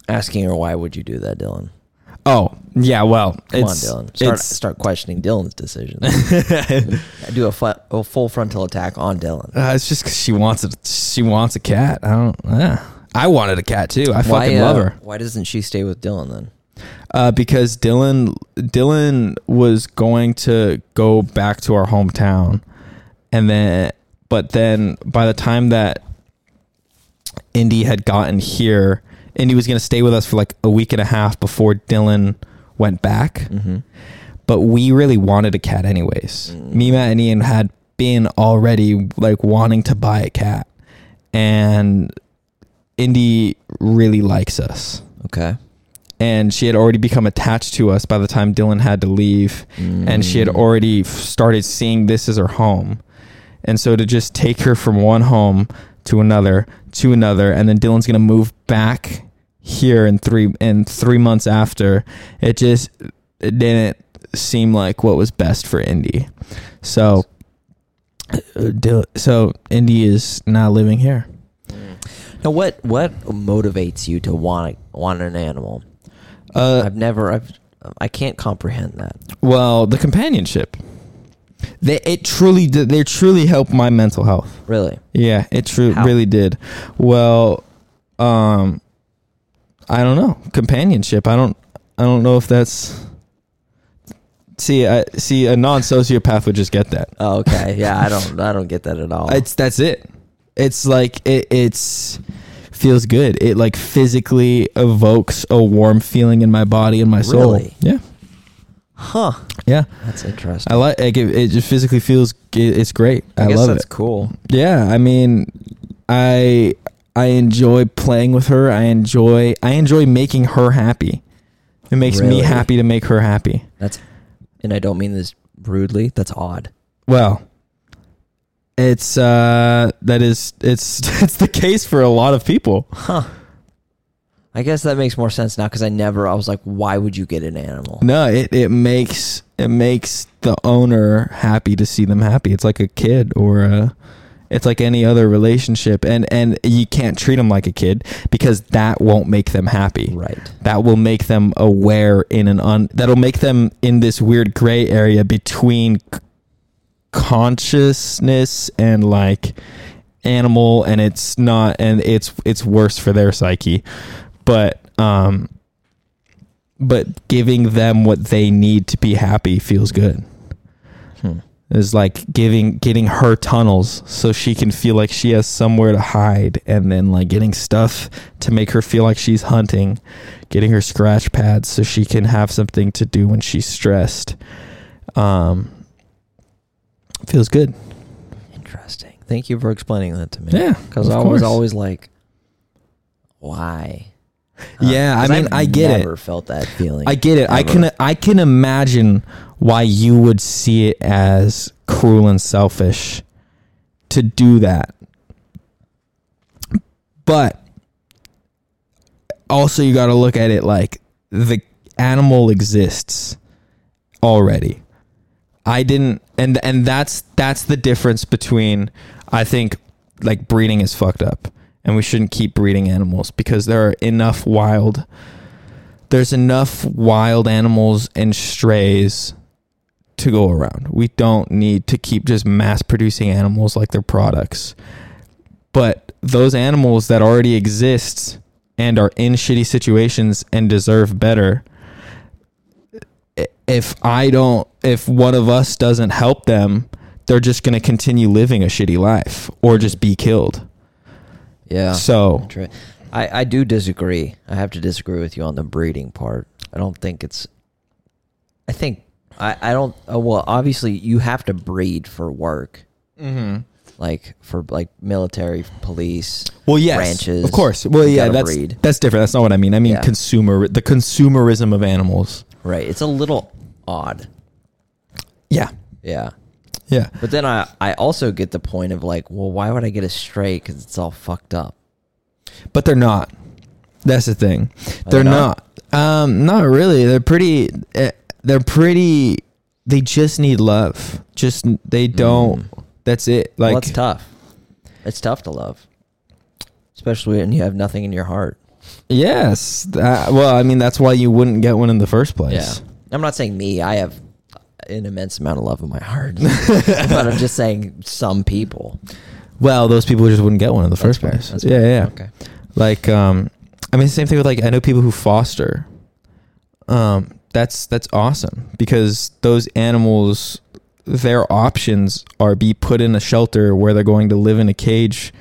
Speaker 3: asking her why would you do that, Dylan?
Speaker 2: oh, yeah. Well,
Speaker 3: Come
Speaker 2: it's,
Speaker 3: on, Dylan. Start
Speaker 2: it's-
Speaker 3: start questioning Dylan's
Speaker 2: *laughs*
Speaker 3: decisions. I do a, fu- a full frontal attack on Dylan.
Speaker 2: uh, it's just 'cause she wants it. She wants a cat. I don't. Yeah. I wanted a cat too. I fucking
Speaker 3: uh,
Speaker 2: love her.
Speaker 3: Why doesn't she stay with Dylan then?
Speaker 2: uh, because Dylan Dylan was going to go back to our hometown, and then but then by the time that Indy had gotten here, Indy was going to stay with us for like a week and a half before Dylan went back.
Speaker 3: Mm-hmm.
Speaker 2: But we really wanted a cat anyways. Me, Matt, and Ian had been already like wanting to buy a cat, and Indy really likes us
Speaker 3: Okay.
Speaker 2: and she had already become attached to us by the time Dylan had to leave,
Speaker 3: Mm.
Speaker 2: and she had already f- started seeing this as her home. And so to just take her from one home to another to another, and then Dylan's gonna move back here in three in three months after, it just it didn't seem like what was best for Indy. So, uh, Dylan, so Indy is now living here.
Speaker 3: Now what what motivates you to want want an animal?
Speaker 2: Uh,
Speaker 3: I've never I've I can't comprehend that.
Speaker 2: Well, the companionship. They it truly did. They truly helped my mental health.
Speaker 3: Really.
Speaker 2: Yeah, it truly
Speaker 3: How?
Speaker 2: really did. Well, um, I don't know companionship. I don't. I don't know if that's. See, I see. A non sociopath would just get that.
Speaker 3: Oh,
Speaker 2: *laughs*
Speaker 3: okay. Yeah, I don't I don't get that at all.
Speaker 2: It's that's it. It's like it. It's feels good. It like physically evokes a warm feeling in my body and my soul.
Speaker 3: Really?
Speaker 2: Yeah.
Speaker 3: huh.
Speaker 2: Yeah.
Speaker 3: That's interesting.
Speaker 2: I like, like it, it just physically feels it, it's great. I,
Speaker 3: guess
Speaker 2: love
Speaker 3: that's
Speaker 2: it.
Speaker 3: cool.
Speaker 2: Yeah, I mean, I I enjoy playing with her. I enjoy I enjoy making her happy. It makes
Speaker 3: Really?
Speaker 2: me happy to make her happy.
Speaker 3: That's and I don't mean this rudely. That's odd.
Speaker 2: Well, it's uh that is it's *laughs* it's the case for a lot of people.
Speaker 3: Huh. I guess that makes more sense now because I never I was like, why would you get an animal?
Speaker 2: No, it it makes it makes the owner happy to see them happy. It's like a kid or a it's like any other relationship and and you can't treat them like a kid because that won't make them happy.
Speaker 3: Right.
Speaker 2: That will make them aware in an un that'll make them in this weird gray area between c- consciousness and like animal and it's not and it's it's worse for their psyche. But um but giving them what they need to be happy feels good.
Speaker 3: Hmm.
Speaker 2: Is like giving getting her tunnels so she can feel like she has somewhere to hide and then like getting stuff to make her feel like she's hunting, getting her scratch pads so she can have something to do when she's stressed. Um feels good.
Speaker 3: Interesting. Thank you for explaining that to me.
Speaker 2: Yeah.
Speaker 3: Because
Speaker 2: of
Speaker 3: I was
Speaker 2: course.
Speaker 3: always like, why?
Speaker 2: *laughs*
Speaker 3: Uh,
Speaker 2: Yeah, I
Speaker 3: 'Cause
Speaker 2: mean,
Speaker 3: I've
Speaker 2: I get it.
Speaker 3: never ffelt that feeling.
Speaker 2: I get it. I
Speaker 3: ever.
Speaker 2: can I can imagine why you would see it as cruel and selfish to do that. But also you got to look at it like the animal exists already. I didn't and and that's that's the difference between I think like breeding is fucked up and we shouldn't keep breeding animals because there are enough wild there's enough wild animals and strays to go around. We don't need to keep just mass producing animals like their products. But those animals that already exist and are in shitty situations and deserve better i- if I don't if one of us doesn't help them, they're just going to continue living a shitty life or just be killed.
Speaker 3: yeah.
Speaker 2: So,
Speaker 3: True. I, I do disagree. I have to disagree with you on the breeding part. I don't think it's. I think I I don't. Uh, well, obviously you have to breed for work,
Speaker 2: Mm-hmm.
Speaker 3: like for like military, police.
Speaker 2: Well, yes,
Speaker 3: ranches.
Speaker 2: of course. Well,
Speaker 3: You
Speaker 2: yeah,
Speaker 3: gotta
Speaker 2: that's
Speaker 3: breed.
Speaker 2: that's different. That's not what I mean. I mean
Speaker 3: Yeah.
Speaker 2: consumer, the consumerism of animals.
Speaker 3: Right. It's a little odd.
Speaker 2: Yeah,
Speaker 3: Yeah.
Speaker 2: yeah,
Speaker 3: But then I I also get the point of like, well, why would I get a stray? Because it's all fucked up.
Speaker 2: but they're not. That's the thing.
Speaker 3: Are
Speaker 2: They're
Speaker 3: they
Speaker 2: not.
Speaker 3: not?
Speaker 2: Um, not really. They're pretty. eh, They're pretty. They just need love. Just n- they don't. That's it. Like
Speaker 3: Hmm. well, it's tough. It's tough to love, especially when you have nothing in your heart.
Speaker 2: yes. that- well, I mean that's why you wouldn't get one in the first place.
Speaker 3: Yeah. I'm not saying me. I have an immense amount of love in my
Speaker 2: *laughs*
Speaker 3: heart. but I'm just saying some people.
Speaker 2: Well, those people just wouldn't get one in the first
Speaker 3: fair,
Speaker 2: place.
Speaker 3: that's
Speaker 2: Yeah,
Speaker 3: fair.
Speaker 2: yeah.
Speaker 3: Okay.
Speaker 2: Like, um, I mean, same thing with like I know people who foster. Um, that's that's awesome because those animals, their options are be put in a shelter where they're going to live in a cage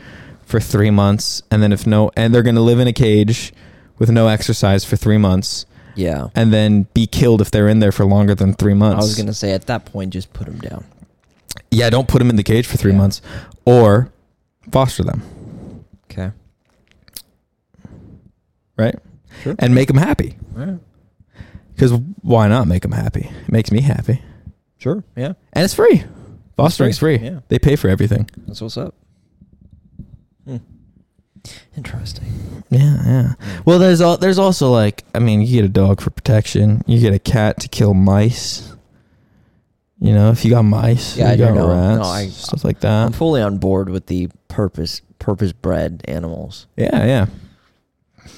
Speaker 2: for three months, and then if no, and they're going to live in a cage with no exercise for three months,
Speaker 3: Yeah.
Speaker 2: and then be killed if they're in there for longer than three
Speaker 3: I
Speaker 2: months.
Speaker 3: was going to say at that point, just put them down.
Speaker 2: yeah, don't put them in the cage for three
Speaker 3: Yeah.
Speaker 2: months, or foster them,
Speaker 3: Okay.
Speaker 2: right?
Speaker 3: Sure.
Speaker 2: And make them happy.
Speaker 3: Yeah.
Speaker 2: Because why not make them happy? It makes me happy.
Speaker 3: Sure. Yeah.
Speaker 2: And it's free. Fostering's free.
Speaker 3: Yeah.
Speaker 2: They pay for everything.
Speaker 3: That's what's up. Hmm. Interesting.
Speaker 2: Yeah, yeah. Well, there's all, there's also like I mean, you get a dog for protection. You get a cat to kill mice. You know, if you got mice,
Speaker 3: Yeah,
Speaker 2: you
Speaker 3: I do
Speaker 2: got
Speaker 3: know.
Speaker 2: rats,
Speaker 3: No, I-
Speaker 2: stuff like
Speaker 3: I'm
Speaker 2: that.
Speaker 3: fully on board with the purpose purpose bred animals.
Speaker 2: Yeah, yeah,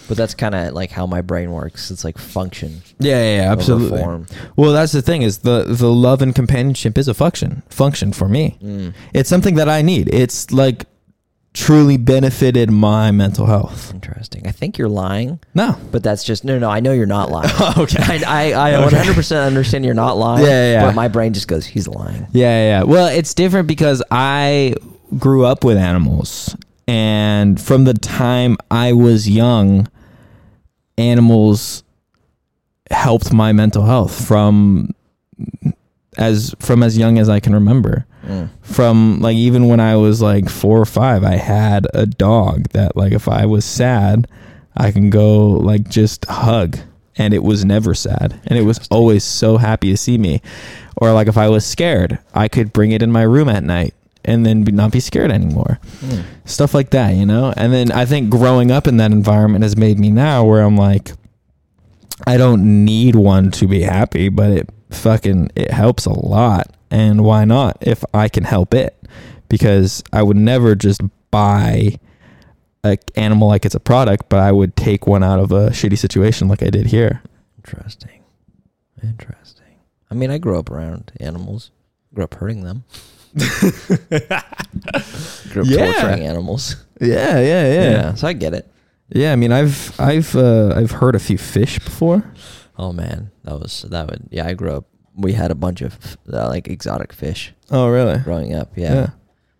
Speaker 3: But that's kind of like how my brain works. It's like function.
Speaker 2: yeah, yeah, yeah
Speaker 3: over
Speaker 2: absolutely.
Speaker 3: Form.
Speaker 2: Well, that's the thing is the the love and companionship is a function function for me.
Speaker 3: Mm.
Speaker 2: It's something that I need. It's like truly benefited my mental health.
Speaker 3: Interesting. I think you're lying.
Speaker 2: No,
Speaker 3: But that's just no, no. I know you're not lying.
Speaker 2: *laughs* Okay.
Speaker 3: I, I, I
Speaker 2: *laughs* Okay.
Speaker 3: 100% understand you're not lying.
Speaker 2: Yeah, yeah, yeah.
Speaker 3: But my brain just goes, he's lying.
Speaker 2: Yeah, yeah. Well, it's different because I grew up with animals. And from the time I was young, animals helped my mental health from as from as young as I can remember. From like even when I was like 4 or 5, I had a dog that like if I was sad, I can go like just hug and it was never sad and it was always so happy to see me or like if I was scared, I could bring it in my room at night and then be, not be scared anymore. Stuff like that, you know? And then I think growing up in that environment has made me now where I'm like I don't need one to be happy, but it fucking it helps a lot. And why not if I can help it? Because I would never just buy an animal like it's a product, but I would take one out of a shitty situation like I did here.
Speaker 3: Interesting. Interesting. I mean, I grew up around animals. Grew up hurting
Speaker 2: *laughs*
Speaker 3: them. grew up
Speaker 2: Yeah.
Speaker 3: torturing animals.
Speaker 2: Yeah, yeah,
Speaker 3: So I get it.
Speaker 2: Yeah, I mean, I've I've uh, I've heard a few fish before.
Speaker 3: Oh man, that was that would yeah. I grew up. We had a bunch of uh, like exotic fish
Speaker 2: Oh, really?
Speaker 3: growing up. Yeah.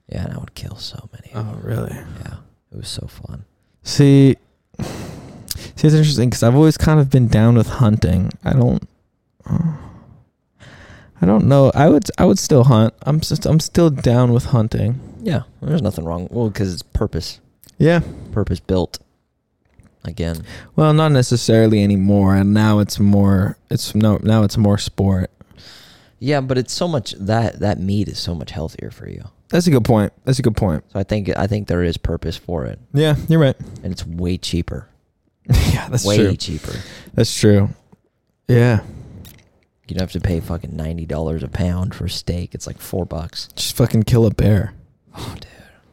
Speaker 3: yeah. and I would kill so many.
Speaker 2: Oh, really?
Speaker 3: Yeah. It was so fun.
Speaker 2: See, see, it's interesting because I've always kind of been down with hunting. I don't, I don't know. I would I would still hunt. I'm just, I'm still down with hunting.
Speaker 3: Yeah. There's nothing wrong. Well, because it's purpose,
Speaker 2: Yeah,
Speaker 3: purpose built. again.
Speaker 2: Well, not necessarily anymore. And now it's more. It's no. Now it's more sport.
Speaker 3: Yeah, but it's so much that that meat is so much healthier for you.
Speaker 2: That's a good point. That's a good point.
Speaker 3: So I think I think there is purpose for it,
Speaker 2: Yeah, you're right.
Speaker 3: and it's way cheaper.
Speaker 2: *laughs* yeah, that's
Speaker 3: way
Speaker 2: true.
Speaker 3: cheaper.
Speaker 2: That's true. Yeah,
Speaker 3: You don't have to pay fucking ninety dollars a pound for steak. It's like four bucks.
Speaker 2: just fucking kill a bear.
Speaker 3: Oh, dude,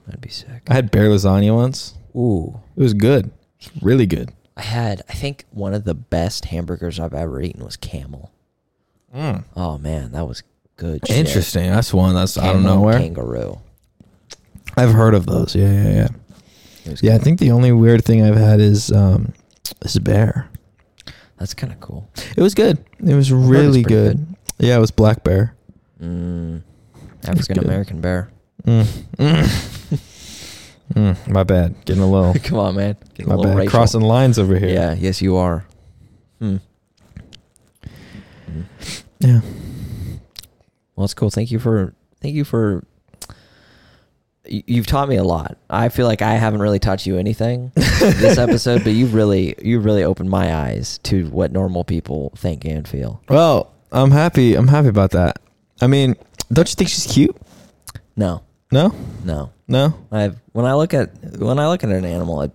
Speaker 3: that'd be sick.
Speaker 2: I had bear lasagna once.
Speaker 3: Ooh,
Speaker 2: It was good. It was really good.
Speaker 3: I had. I think one of the best hamburgers I've ever eaten was Camel.
Speaker 2: Mm.
Speaker 3: Oh man, that was good. shit.
Speaker 2: Interesting. That's one. That's I don't
Speaker 3: Camel
Speaker 2: know where.
Speaker 3: Kangaroo.
Speaker 2: I've heard of those. Yeah, yeah, yeah.
Speaker 3: It was
Speaker 2: Yeah, I
Speaker 3: good.
Speaker 2: think the only weird thing I've had is um, is a bear.
Speaker 3: that's kind of cool.
Speaker 2: It was good. It was
Speaker 3: it's
Speaker 2: really
Speaker 3: pretty
Speaker 2: good. Yeah, it was black bear.
Speaker 3: Mm,
Speaker 2: It's good.
Speaker 3: African American
Speaker 2: *laughs*
Speaker 3: bear.
Speaker 2: Mm. Mm. *laughs* Mm, my bad. Getting a little.
Speaker 3: Come on, man. Getting *laughs*
Speaker 2: my
Speaker 3: a little
Speaker 2: bad.
Speaker 3: racial.
Speaker 2: Crossing lines over here.
Speaker 3: Yeah. Yes, you are. Hmm. Hmm.
Speaker 2: Yeah.
Speaker 3: Well, that's cool. Thank you for thank you for. y- You've taught me a lot. I feel like I haven't really taught you anything this
Speaker 2: *laughs*
Speaker 3: episode, but you really you really opened my eyes to what normal people think and feel.
Speaker 2: Well, I'm happy. I'm happy about that. I mean, don't you think she's cute?
Speaker 3: No,
Speaker 2: No,
Speaker 3: no.
Speaker 2: no.
Speaker 3: I when I look at when I look at an animal, it,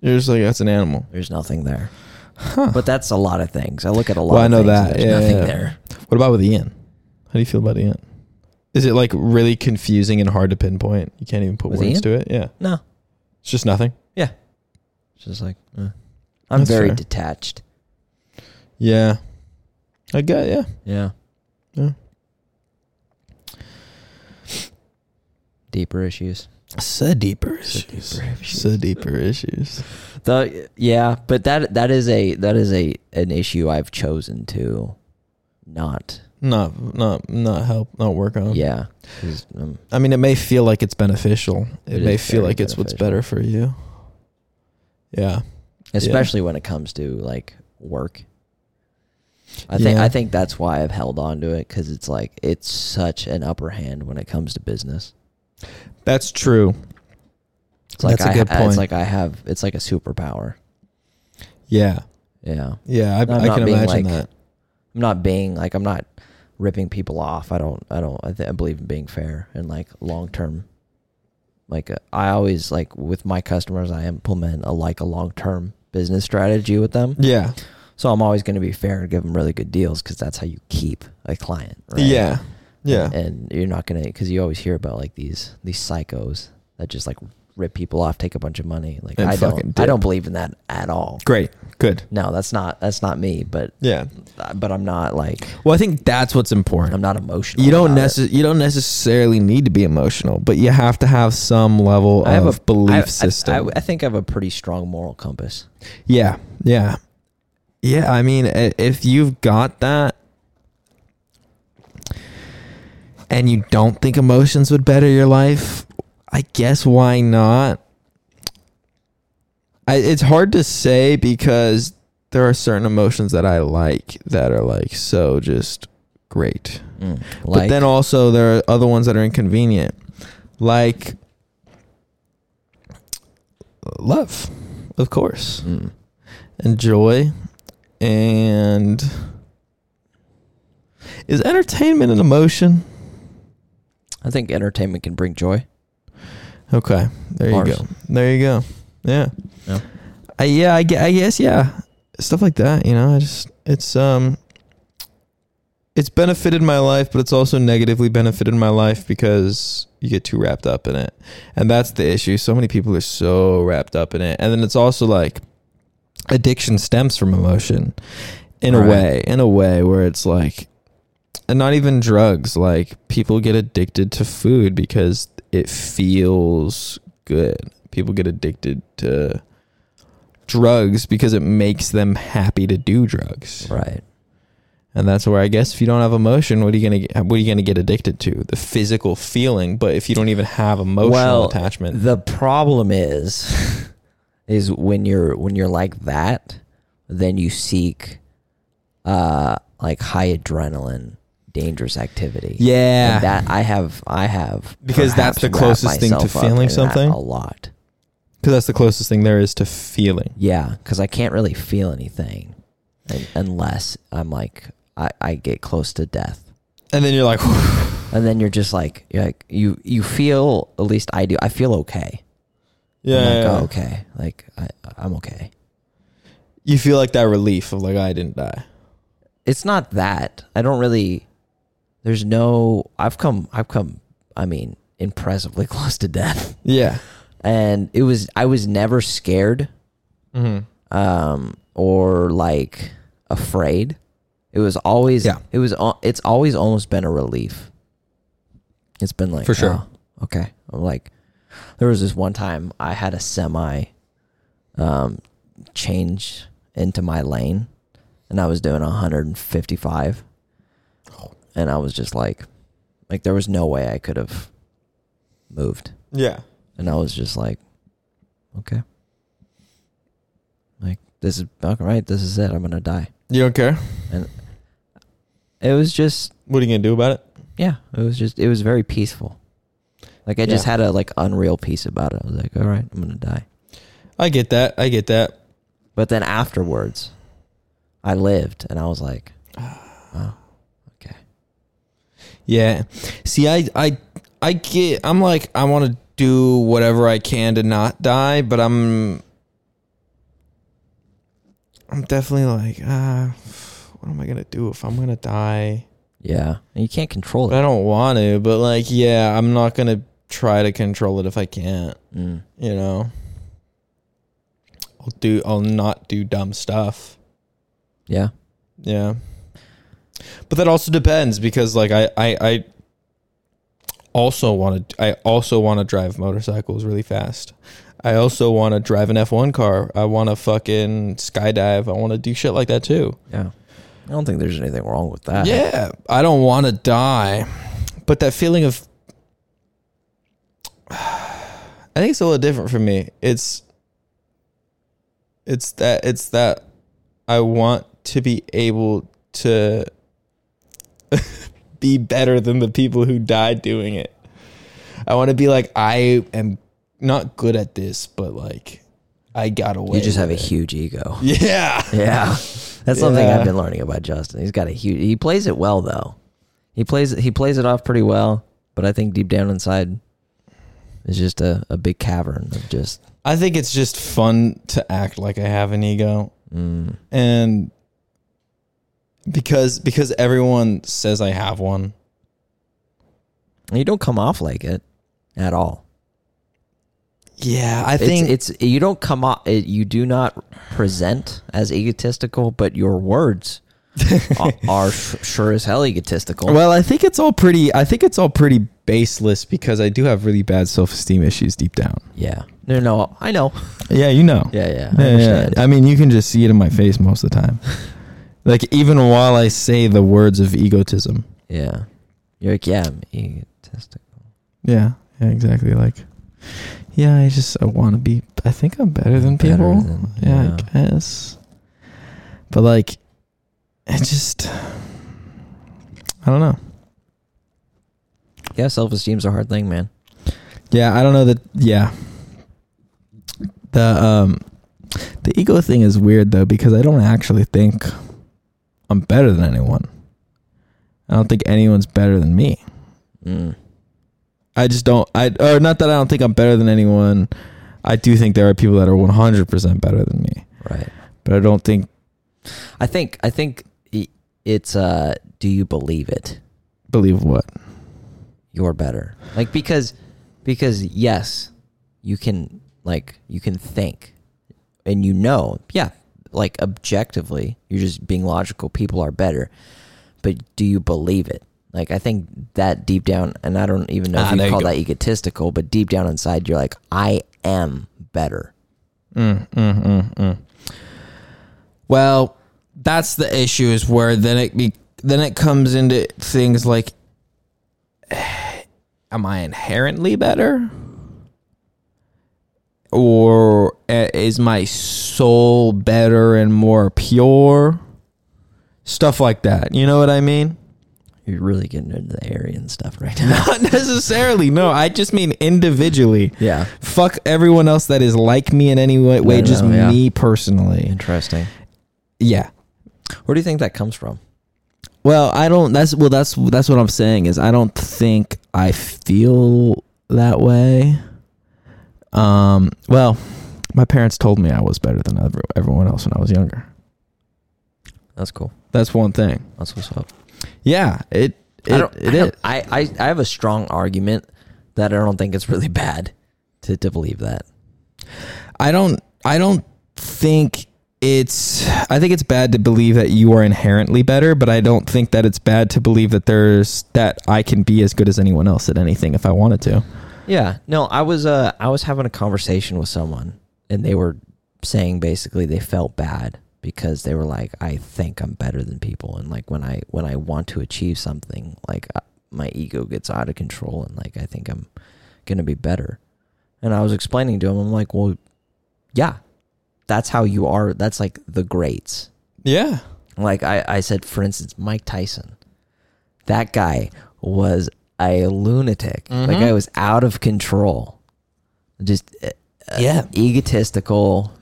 Speaker 2: You're just like that's an animal.
Speaker 3: there's nothing there.
Speaker 2: Huh.
Speaker 3: But that's a lot of things. I look at a lot. of
Speaker 2: Well, I know
Speaker 3: things and
Speaker 2: that.
Speaker 3: There's
Speaker 2: Yeah,
Speaker 3: nothing
Speaker 2: yeah.
Speaker 3: there.
Speaker 2: What about with Ian? How do you feel about Ian? Is it like really confusing and hard to pinpoint? You can't even put
Speaker 3: With
Speaker 2: words
Speaker 3: Ian?
Speaker 2: to it. Yeah,
Speaker 3: No,
Speaker 2: it's just nothing.
Speaker 3: it's just like eh. I'm
Speaker 2: That's
Speaker 3: very
Speaker 2: fair.
Speaker 3: detached.
Speaker 2: Yeah, I got yeah.
Speaker 3: Yeah.
Speaker 2: Yeah.
Speaker 3: Deeper issues.
Speaker 2: So deeper issues. So deeper issues.
Speaker 3: The yeah, but that that is a that is a an issue I've chosen to not.
Speaker 2: Not not not help. Not work on.
Speaker 3: yeah. 'Cause, um,
Speaker 2: I mean, it may feel like it's beneficial. It,
Speaker 3: It
Speaker 2: may
Speaker 3: is
Speaker 2: feel
Speaker 3: very
Speaker 2: like it's what's
Speaker 3: beneficial.
Speaker 2: better for you. Yeah.
Speaker 3: especially when it comes to like work. I think
Speaker 2: Yeah.
Speaker 3: I think that's why I've held on to it cuz it's like it's such an upper hand when it comes to business.
Speaker 2: That's true.
Speaker 3: It's like
Speaker 2: That's a
Speaker 3: I
Speaker 2: good
Speaker 3: ha-
Speaker 2: point.
Speaker 3: it's like I have it's like a superpower.
Speaker 2: Yeah.
Speaker 3: Yeah.
Speaker 2: Yeah. I,
Speaker 3: I'm
Speaker 2: I
Speaker 3: not
Speaker 2: can
Speaker 3: being
Speaker 2: imagine
Speaker 3: like-
Speaker 2: that.
Speaker 3: I'm not being like I'm not ripping people off. I don't. I don't. I, th- I believe in being fair and like long term. Like uh, I always like with my customers, I implement a like a long term business strategy with them.
Speaker 2: Yeah.
Speaker 3: So I'm always going to be fair and give them really good deals because that's how you keep a client. Right?
Speaker 2: Yeah. Yeah.
Speaker 3: And you're not gonna because you always hear about like these these psychos that just like rip people off, take a bunch of money. Like
Speaker 2: And
Speaker 3: I
Speaker 2: fucking
Speaker 3: don't. I
Speaker 2: dip.
Speaker 3: don't believe in that at all.
Speaker 2: Great. Good.
Speaker 3: No, that's not that's not me. But
Speaker 2: Yeah.
Speaker 3: but I'm not like
Speaker 2: Well, I think that's what's important.
Speaker 3: I'm not emotional.
Speaker 2: You don't
Speaker 3: about it.
Speaker 2: necess- you don't necessarily need to be emotional, but you have to have some level of
Speaker 3: I-
Speaker 2: belief
Speaker 3: I-
Speaker 2: system.
Speaker 3: I, I think I have a pretty strong moral compass.
Speaker 2: yeah. Yeah. Yeah, I mean, i- if you've got that and you don't think emotions would better your life, I guess why not? I, it's hard to say because there are certain emotions that I like that are like so just great.
Speaker 3: Mm. Like,
Speaker 2: but then also there are other ones that are inconvenient, like love, of course,
Speaker 3: Mm.
Speaker 2: and joy, and is entertainment an emotion?
Speaker 3: I think entertainment can bring joy.
Speaker 2: Okay, there you
Speaker 3: Bars.
Speaker 2: go. There you go. Yeah.
Speaker 3: Yeah.
Speaker 2: I, yeah. I, gue- I guess. Yeah. Stuff like that. You know. I just. It's um. It's benefited my life, but it's also negatively benefited my life because you get too wrapped up in it, and that's the issue. So many people are so wrapped up in it, and then it's also like addiction stems from emotion, in
Speaker 3: Right.
Speaker 2: a way. In a way where it's like. And not even drugs. Like people get addicted to food because it feels good. People get addicted to drugs because it makes them happy to do drugs.
Speaker 3: Right.
Speaker 2: And that's where I guess if you don't have emotion, what are you gonna get, what are you gonna get addicted to? The physical feeling, but if you don't even have emotional
Speaker 3: Well,
Speaker 2: attachment,
Speaker 3: The problem is, *laughs* is when you're when you're like that, then you seek, uh, like high adrenaline, dangerous activity.
Speaker 2: yeah,
Speaker 3: And that I have, I have
Speaker 2: Because that's
Speaker 3: perhaps
Speaker 2: the
Speaker 3: wrapped
Speaker 2: closest thing to
Speaker 3: myself up
Speaker 2: feeling
Speaker 3: in that
Speaker 2: something?
Speaker 3: a lot.
Speaker 2: because that's the closest thing there is to feeling.
Speaker 3: Yeah, because I can't really feel anything un- unless I'm like I, I get close to death.
Speaker 2: And then you're like,
Speaker 3: And then you're just like you're like you you feel at least I do I feel okay. I'm
Speaker 2: yeah,
Speaker 3: like,
Speaker 2: yeah.
Speaker 3: "Oh, okay. Like I I'm okay.
Speaker 2: you feel like that relief of like I didn't die.
Speaker 3: It's not that I don't really. There's no I've come I've come I mean impressively *laughs* close to death,
Speaker 2: Yeah.
Speaker 3: and it was I was never scared
Speaker 2: Mm-hmm.
Speaker 3: um or like afraid. It was always
Speaker 2: Yeah.
Speaker 3: It was al- it's always almost been a relief. It's been like
Speaker 2: For sure.
Speaker 3: "Oh, okay, I'm like there was this one time I had a semi um change into my lane, and I was doing 155, and I was just like, like there was no way I could have moved
Speaker 2: Yeah.
Speaker 3: and I was just like, okay, like this is all right. This is it. I'm gonna die.
Speaker 2: You don't care.
Speaker 3: It was just
Speaker 2: What are you gonna do about it?
Speaker 3: yeah. It was just it was very peaceful. Like I just
Speaker 2: Yeah.
Speaker 3: had a like unreal peace about it. I was like, all right, I'm gonna die.
Speaker 2: I get that. I get that.
Speaker 3: But then afterwards, I lived, and I was like, oh, okay,
Speaker 2: Yeah. See, I, I, I get. I'm like, I want to do whatever I can to not die, but I'm, I'm definitely like, ah, what am I gonna do if I'm gonna die?
Speaker 3: yeah. And you can't control
Speaker 2: But
Speaker 3: it.
Speaker 2: I don't want to. But like, yeah, I'm not gonna try to control it if I can't.
Speaker 3: Mm.
Speaker 2: You know. I'll do. I'll not do dumb stuff.
Speaker 3: Yeah,
Speaker 2: Yeah. But that also depends because like I I, I also want to I also want to drive motorcycles really fast. I also want to drive an F1 car. I want to fucking skydive. I want to do shit like that too.
Speaker 3: yeah. I don't think there's anything wrong with that.
Speaker 2: Yeah, I don't want to die. But that feeling of *sighs* I think it's a little different for me. It's it's that it's that I want to be able to *laughs* be better than the people who died doing it. I want to be like I am not good at this, but like I got away.
Speaker 3: you just have a
Speaker 2: with it.
Speaker 3: huge ego.
Speaker 2: yeah. *laughs*
Speaker 3: Yeah, that's something
Speaker 2: Yeah.
Speaker 3: I've been learning about Justin. He's got a huge. He plays it well though. He plays he plays it off pretty well, but I think deep down inside, it's just a, a big cavern of just.
Speaker 2: I think it's just fun to act like I have an ego.
Speaker 3: Mm,
Speaker 2: and because because everyone says I have one.
Speaker 3: and you don't come off like it at all.
Speaker 2: Yeah, I
Speaker 3: It's, it's you don't come off. It, you do not present as egotistical, but your
Speaker 2: *laughs*
Speaker 3: words are, are sh- sure as hell egotistical.
Speaker 2: well, I think it's all pretty. I think it's all pretty baseless because I do have really bad self esteem issues deep down.
Speaker 3: yeah. No, no, I know.
Speaker 2: Yeah, you know.
Speaker 3: Yeah, yeah. I
Speaker 2: Yeah, yeah.
Speaker 3: understand.
Speaker 2: I mean, you can just see it in my face most of the *laughs* time. like even while I say the words of egotism.
Speaker 3: Yeah. You're like, yeah, I'm egotistical.
Speaker 2: Yeah, yeah, exactly. Like, yeah, I just I want to be. I think I'm better than
Speaker 3: Better
Speaker 2: people.
Speaker 3: than-
Speaker 2: yeah,
Speaker 3: yeah.
Speaker 2: I guess. But like, it just. I don't know.
Speaker 3: Yeah, self esteem's a hard thing, man.
Speaker 2: Yeah, I don't know that. Yeah. The um, the ego thing is weird though because I don't actually think I'm better than anyone. I don't think anyone's better than me.
Speaker 3: Mm.
Speaker 2: I just don't. I or not that I don't think I'm better than anyone. I do think there are people that are 100 percent better than me,
Speaker 3: Right.
Speaker 2: but I don't think.
Speaker 3: I think I think i- it's uh do you believe it?
Speaker 2: Believe what?
Speaker 3: You're better. Like because because yes, you can like you can think and you know. Yeah. Like objectively, you're just being logical, people are better. But do you believe it? Like I think that deep down and I don't even know
Speaker 2: Ah,
Speaker 3: if
Speaker 2: there
Speaker 3: you
Speaker 2: you
Speaker 3: call
Speaker 2: go.
Speaker 3: that egotistical, but deep down inside you're like I am better.
Speaker 2: Mm, mm, mm, mm. Well, that's the issue. Is where then it be then it comes into things like, *sighs* am I inherently better, or uh, is my soul better and more pure? Stuff like that. You know what I mean? *laughs*
Speaker 3: You're really getting into the Aryan stuff right now.
Speaker 2: Not necessarily. No, I just mean individually.
Speaker 3: yeah.
Speaker 2: Fuck everyone else that is like me in any way, way
Speaker 3: no,
Speaker 2: just
Speaker 3: yeah.
Speaker 2: me personally.
Speaker 3: Interesting.
Speaker 2: Yeah.
Speaker 3: Where do you think that comes from?
Speaker 2: Well, I don't. That's well. That's that's what I'm saying is I don't think I feel that way. Um. Well, my parents told me I was better than ever, everyone else when I was younger.
Speaker 3: That's cool.
Speaker 2: That's one thing.
Speaker 3: That's what's up.
Speaker 2: Yeah. It. It,
Speaker 3: I don't,
Speaker 2: it
Speaker 3: I,
Speaker 2: is.
Speaker 3: don't- I, I, I have a strong argument that I don't think it's really *laughs* bad to, to believe that.
Speaker 2: I don't I don't think it's I think it's bad to believe that you are inherently better, but I don't think that it's bad to believe that there's that I can be as good as anyone else at anything if I wanted to.
Speaker 3: Yeah. No, I was uh I was having a conversation with someone and they were saying basically they felt bad because they were like I think I'm better than people and like when I when I want to achieve something like uh, my ego gets out of control and like I think I'm going to be better. And I was explaining to him I'm like, "Well, yeah. That's how you are. That's like the greats."
Speaker 2: Yeah.
Speaker 3: Like I, I said, for instance, Mike Tyson. That guy was a lunatic. That
Speaker 2: Mm-hmm.
Speaker 3: guy was out of control. Just uh,
Speaker 2: Yeah.
Speaker 3: egotistical,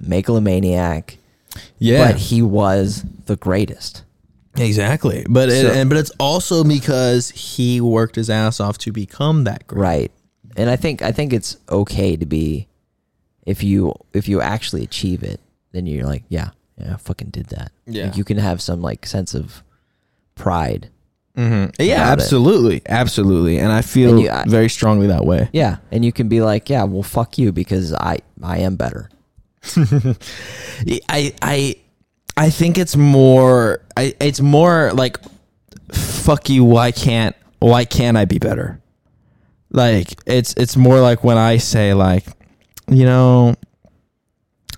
Speaker 3: megalomaniac.
Speaker 2: Yeah.
Speaker 3: But he was the greatest.
Speaker 2: exactly. But it,
Speaker 3: So-
Speaker 2: and but it's also because he worked his ass off to become that great.
Speaker 3: Right. And I think I think it's okay to be if you if you actually achieve it, then you're like, yeah, yeah, I fucking did that.
Speaker 2: Yeah.
Speaker 3: Like you can have some like sense of pride.
Speaker 2: Mm-hmm. Yeah,
Speaker 3: About it.
Speaker 2: absolutely. Absolutely. And I feel
Speaker 3: And you- I-
Speaker 2: very strongly that way.
Speaker 3: Yeah. And you can be like, yeah, well fuck you because I I am better.
Speaker 2: I I I think it's more I it's more like fuck you why can't why can't I be better? Like it's it's more like when I say like you know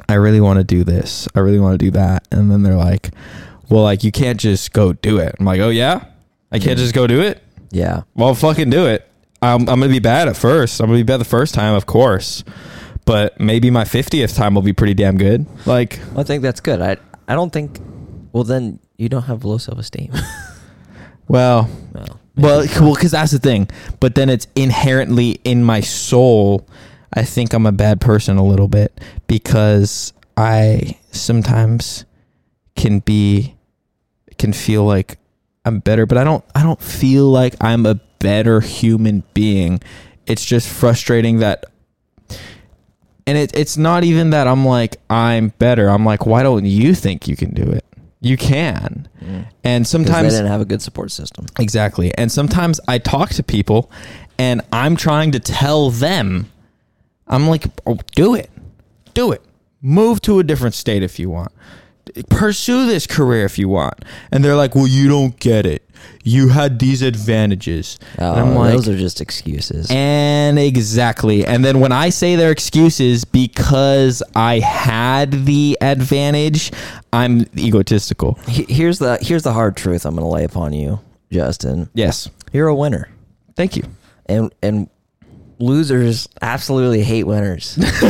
Speaker 2: I really want to do this. I really want to do that and then they're like well like you can't just go do it. I'm like, "Oh yeah? I can't just go do it?"
Speaker 3: Yeah.
Speaker 2: Well, fucking do it. I'm, I'm gonna be bad at first. I'm gonna be bad the first time, of course, but maybe my fiftieth time will be pretty damn good. Like,
Speaker 3: I think that's good. I I don't think. Well, then you don't have low self *laughs* esteem.
Speaker 2: well,
Speaker 3: well,
Speaker 2: well, c- well, because that's the thing. But then it's inherently in my soul. I think I'm a bad person a little bit because I sometimes can be can feel like I'm better, but I don't I don't feel like I'm a better human being. It's just frustrating that and it, it's not even that I'm like I'm better. I'm like why don't you think you can do it? You can. And
Speaker 3: sometimes
Speaker 2: sometimes
Speaker 3: they didn't have a good support system.
Speaker 2: Exactly. And sometimes I talk to people and I'm trying to tell them, I'm like, oh, do it. Do it. Move to a different state if you want. Pursue this career if you want. And they're like, well, you don't get it. You had these advantages. and I'm
Speaker 3: Oh,
Speaker 2: like,
Speaker 3: those are just excuses.
Speaker 2: and exactly. And then when I say their excuses because I had the advantage, I'm egotistical.
Speaker 3: He- here's the here's the hard truth. I'm going to lay upon you, Justin.
Speaker 2: Yes.
Speaker 3: You're a winner,
Speaker 2: Thank you.
Speaker 3: and and losers absolutely hate winners. *laughs*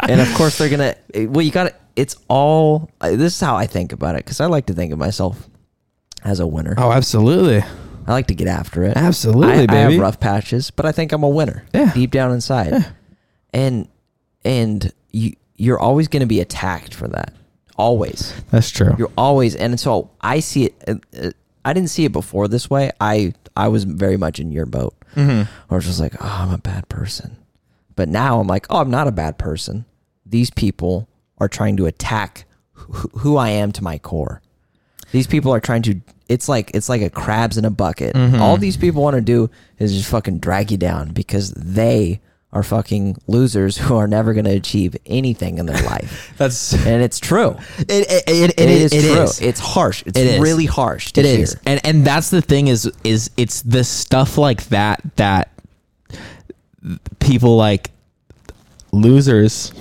Speaker 3: and of course they're gonna. Well, you got to It's all. This is how I think about it because I like to think of myself as a winner.
Speaker 2: Oh, absolutely.
Speaker 3: I like to get after it.
Speaker 2: Absolutely,
Speaker 3: I, I have
Speaker 2: baby.
Speaker 3: rough patches, but I think I'm a winner.
Speaker 2: Yeah.
Speaker 3: Deep down inside. And and you you're always going to be attacked for that. Always.
Speaker 2: That's true.
Speaker 3: You're always and so I see it uh, uh, I didn't see it before this way. I I was very much in your boat. Mm-hmm. I was just like, "Oh, I'm a bad person." But now I'm like, "Oh, I'm not a bad person. These people are trying to attack who, who I am to my core." These people are trying to. It's like it's like a crabs in a bucket. All these people want to do is just fucking drag you down because they are fucking losers who are never going to achieve anything in their
Speaker 2: *laughs*
Speaker 3: life.
Speaker 2: That's
Speaker 3: and it's true.
Speaker 2: It, it, it,
Speaker 3: it is
Speaker 2: it is.
Speaker 3: true. It's harsh. It's
Speaker 2: It is.
Speaker 3: really harsh. To
Speaker 2: It
Speaker 3: hear.
Speaker 2: is. And and that's the thing is is it's the stuff like that that people like losers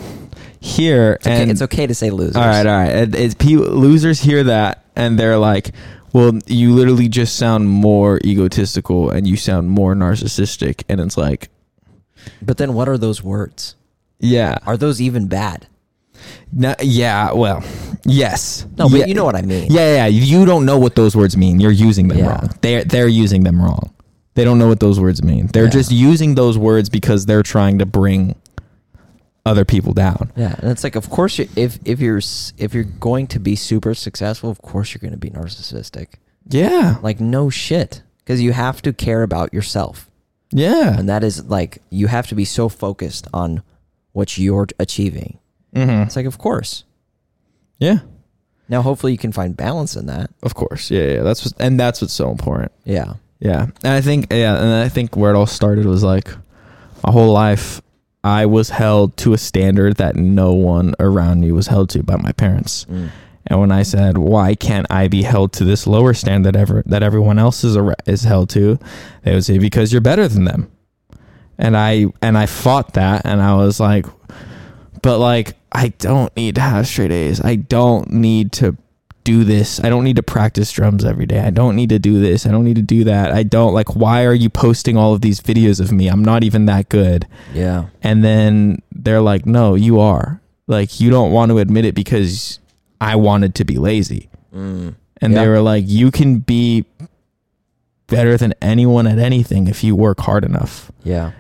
Speaker 2: hear
Speaker 3: Okay,
Speaker 2: and
Speaker 3: it's okay to say losers.
Speaker 2: all right all right It- it's people, losers hear that and they're like well you literally just sound more egotistical and you sound more narcissistic and it's like
Speaker 3: But then, what are those words?
Speaker 2: yeah
Speaker 3: Are those even bad?
Speaker 2: No, yeah, well, yes.
Speaker 3: No, but
Speaker 2: Yeah.
Speaker 3: you know what I mean.
Speaker 2: Yeah, yeah, yeah. you don't know what those words mean. You're using them
Speaker 3: Yeah.
Speaker 2: wrong. They're they're using them wrong. They don't know what those words mean. They're
Speaker 3: Yeah.
Speaker 2: just using those words because they're trying to bring other people down.
Speaker 3: Yeah, and it's like, of course, you, if if you're s- if you're going to be super successful, of course you're going to be narcissistic.
Speaker 2: Yeah,
Speaker 3: Like, no shit, because you have to care about yourself,
Speaker 2: yeah.
Speaker 3: and that is like you have to be so focused on what you're achieving.
Speaker 2: Mm-hmm.
Speaker 3: It's like, of course.
Speaker 2: Yeah,
Speaker 3: Now, hopefully, you can find balance in that.
Speaker 2: of course. Yeah, yeah. That's what, and that's what's so important.
Speaker 3: Yeah,
Speaker 2: Yeah. And I think yeah, and I think where it all started was like my whole life I was held to a standard that no one around me was held to by my parents.
Speaker 3: Mm.
Speaker 2: And when I said, "Why can't I be held to this lower standard ever that everyone else is ar- is held to?" They would say, "Because you're better than them." And I and I fought that and I was like, but like I don't need to have straight A's. I don't need to do this. I don't need to practice drums every day. I don't need to do this. I don't need to do that. I don't like why are you posting all of these videos of me? I'm not even that good.
Speaker 3: yeah,
Speaker 2: And then they're like, "No, you are." Like you don't want to admit it because I wanted to be lazy.
Speaker 3: mm.
Speaker 2: And they
Speaker 3: Yeah.
Speaker 2: were like, "You can be better than anyone at anything if you work hard enough."
Speaker 3: yeah.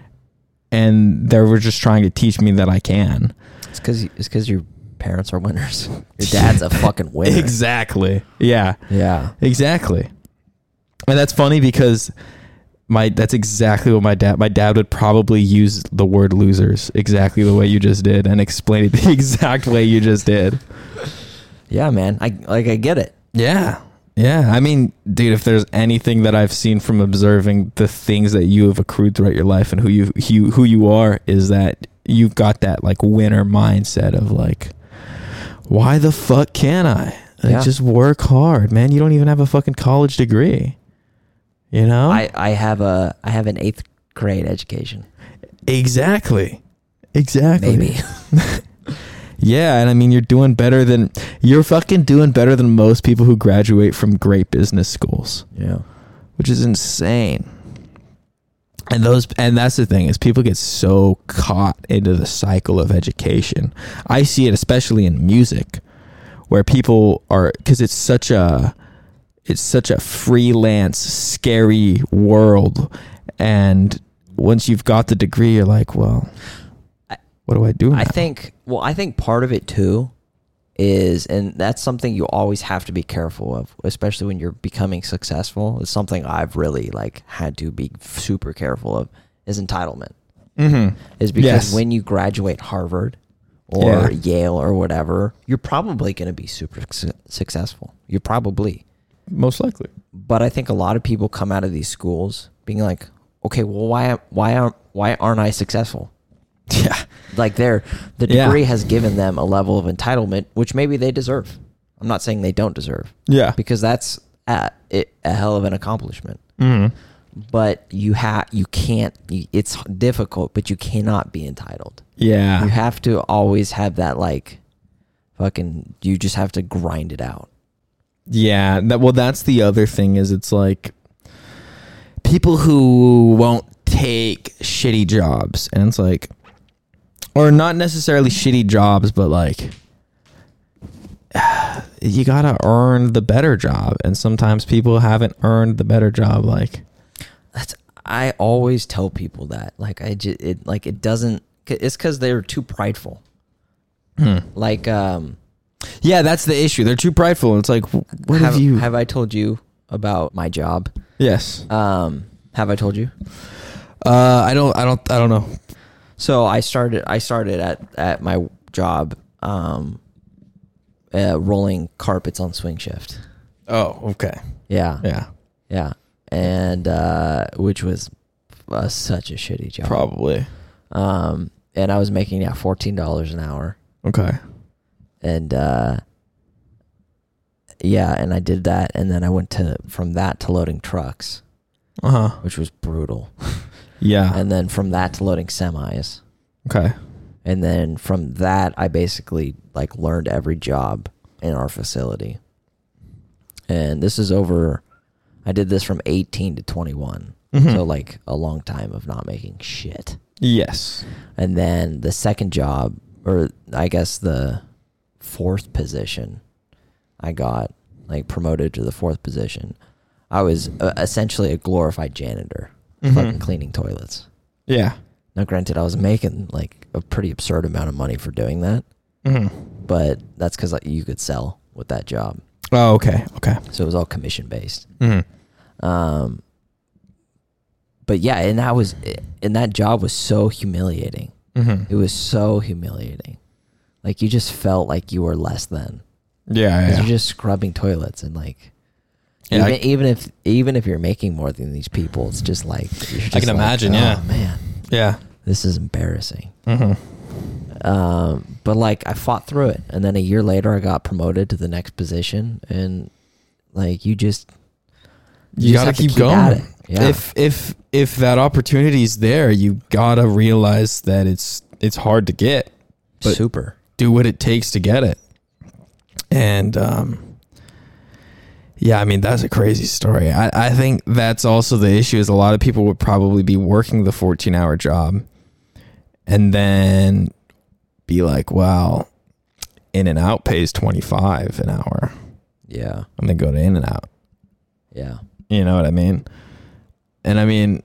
Speaker 2: And they were just trying to teach me that I can.
Speaker 3: It's because it's because your parents are winners. *laughs* Your dad's a fucking winner.
Speaker 2: Exactly. Yeah.
Speaker 3: Yeah,
Speaker 2: Exactly. And that's funny because my that's exactly what my dad my dad would probably use the word losers exactly the way you just did and explain it the *laughs* exact way you just did.
Speaker 3: yeah, man. I like I get it.
Speaker 2: Yeah. Yeah. I mean, dude, if there's anything that I've seen from observing the things that you have accrued throughout your life and who you who, who you are is that you've got that like winner mindset of like why the fuck can I? Like,
Speaker 3: Yeah.
Speaker 2: just work hard, man. You don't even have a fucking college degree. You know?
Speaker 3: I I have a I have an eighth grade education.
Speaker 2: exactly. Exactly.
Speaker 3: Maybe.
Speaker 2: Yeah, and I mean you're doing better than you're fucking doing better than most people who graduate from great business schools.
Speaker 3: Yeah.
Speaker 2: which is insane. And those and that's the thing is people get so caught into the cycle of education. I see it especially in music where people are cuz it's such a it's such a freelance scary world and once you've got the degree you're like, well,
Speaker 3: I-
Speaker 2: what do I
Speaker 3: *laughs*
Speaker 2: do?
Speaker 3: I
Speaker 2: now?
Speaker 3: think well, I think part of it too is and that's something you always have to be careful of, especially when you're becoming successful. It's something I've really like had to be super careful of is entitlement.
Speaker 2: Mhm.
Speaker 3: Is because
Speaker 2: Yes.
Speaker 3: when you graduate Harvard or
Speaker 2: Yeah.
Speaker 3: Yale or whatever, you're probably going to be super suc- successful. You're probably.
Speaker 2: most likely.
Speaker 3: but I think a lot of people come out of these schools being like, okay, well, why why aren't why aren't I successful?
Speaker 2: Yeah.
Speaker 3: Like they're the
Speaker 2: Yeah.
Speaker 3: degree has given them a level of entitlement, which maybe they deserve. I'm not saying they don't deserve
Speaker 2: Yeah.
Speaker 3: because that's a, it, a hell of an accomplishment.
Speaker 2: Mhm.
Speaker 3: But you have you can't. You, it's difficult, but you cannot be entitled.
Speaker 2: Yeah.
Speaker 3: You have to always have that like, fucking. You just have to grind it out.
Speaker 2: Yeah, that well that's the other thing is it's like people who won't take shitty jobs and it's like or not necessarily shitty jobs but like *sighs* you got to earn the better job and sometimes people haven't earned the better job like
Speaker 3: That's I always tell people that. Like I just it like it doesn't. It's because they're too prideful.
Speaker 2: Hmm.
Speaker 3: Like um,
Speaker 2: yeah, that's the issue. They're too prideful. It's like wh- what
Speaker 3: have
Speaker 2: have you
Speaker 3: have I told you about my job?
Speaker 2: Yes.
Speaker 3: Um, have I told you?
Speaker 2: Uh I don't I don't I don't know.
Speaker 3: So I started. I started at at my job, um, uh, rolling carpets on swing shift.
Speaker 2: Oh, okay.
Speaker 3: Yeah, yeah,
Speaker 2: Yeah.
Speaker 3: and uh, which was uh, such a shitty job.
Speaker 2: Probably.
Speaker 3: Um, and I was making yeah fourteen dollars an hour.
Speaker 2: Okay.
Speaker 3: and uh yeah and i did that and then i went to from that to loading trucks
Speaker 2: Uh-huh.
Speaker 3: which was brutal
Speaker 2: Yeah.
Speaker 3: and then from that to loading semis
Speaker 2: okay.
Speaker 3: and then from that i basically like learned every job in our facility and this is over i did this from 18 to 21
Speaker 2: Mhm.
Speaker 3: so like a long time of not making shit
Speaker 2: Yes.
Speaker 3: and then the second job or i guess the fourth position. I got like promoted to the fourth position. I was uh, essentially a glorified janitor, fucking
Speaker 2: Mhm.
Speaker 3: cleaning toilets.
Speaker 2: Yeah.
Speaker 3: Now, granted, I was making like a pretty absurd amount of money for doing that,
Speaker 2: Mm-hmm.
Speaker 3: but that's because like you could sell with that job,
Speaker 2: Oh, okay. Okay.
Speaker 3: so it was all commission based.
Speaker 2: Mm-hmm.
Speaker 3: Um, but yeah, and that was and that job was so humiliating.
Speaker 2: Mm-hmm.
Speaker 3: It was so humiliating. Like you just felt like you were less than.
Speaker 2: Yeah.
Speaker 3: 'Cause
Speaker 2: Yeah.
Speaker 3: You're just scrubbing toilets and like
Speaker 2: Yeah, I-
Speaker 3: even, even if even if you're making more than these people, it's just like you're just
Speaker 2: can
Speaker 3: like,
Speaker 2: imagine,
Speaker 3: "Oh,
Speaker 2: yeah.
Speaker 3: man,
Speaker 2: yeah.
Speaker 3: this is embarrassing.
Speaker 2: Mm-hmm.
Speaker 3: Um, but like I fought through it, and then a year later, I got promoted to the next position, and like you just just
Speaker 2: You gotta
Speaker 3: have to
Speaker 2: keep going.
Speaker 3: it. Yeah.
Speaker 2: If if if that opportunity's there, you gotta realize that it's it's hard to get. but-
Speaker 3: super.
Speaker 2: do what it takes to get it. And um, yeah, I mean that's a crazy story. I, I think that's also the issue is a lot of people would probably be working the fourteen hour job and then be like, Wow, In and Out pays twenty five an hour.
Speaker 3: Yeah,
Speaker 2: I'm gonna go to In and Out.
Speaker 3: yeah.
Speaker 2: You know what I mean? And I mean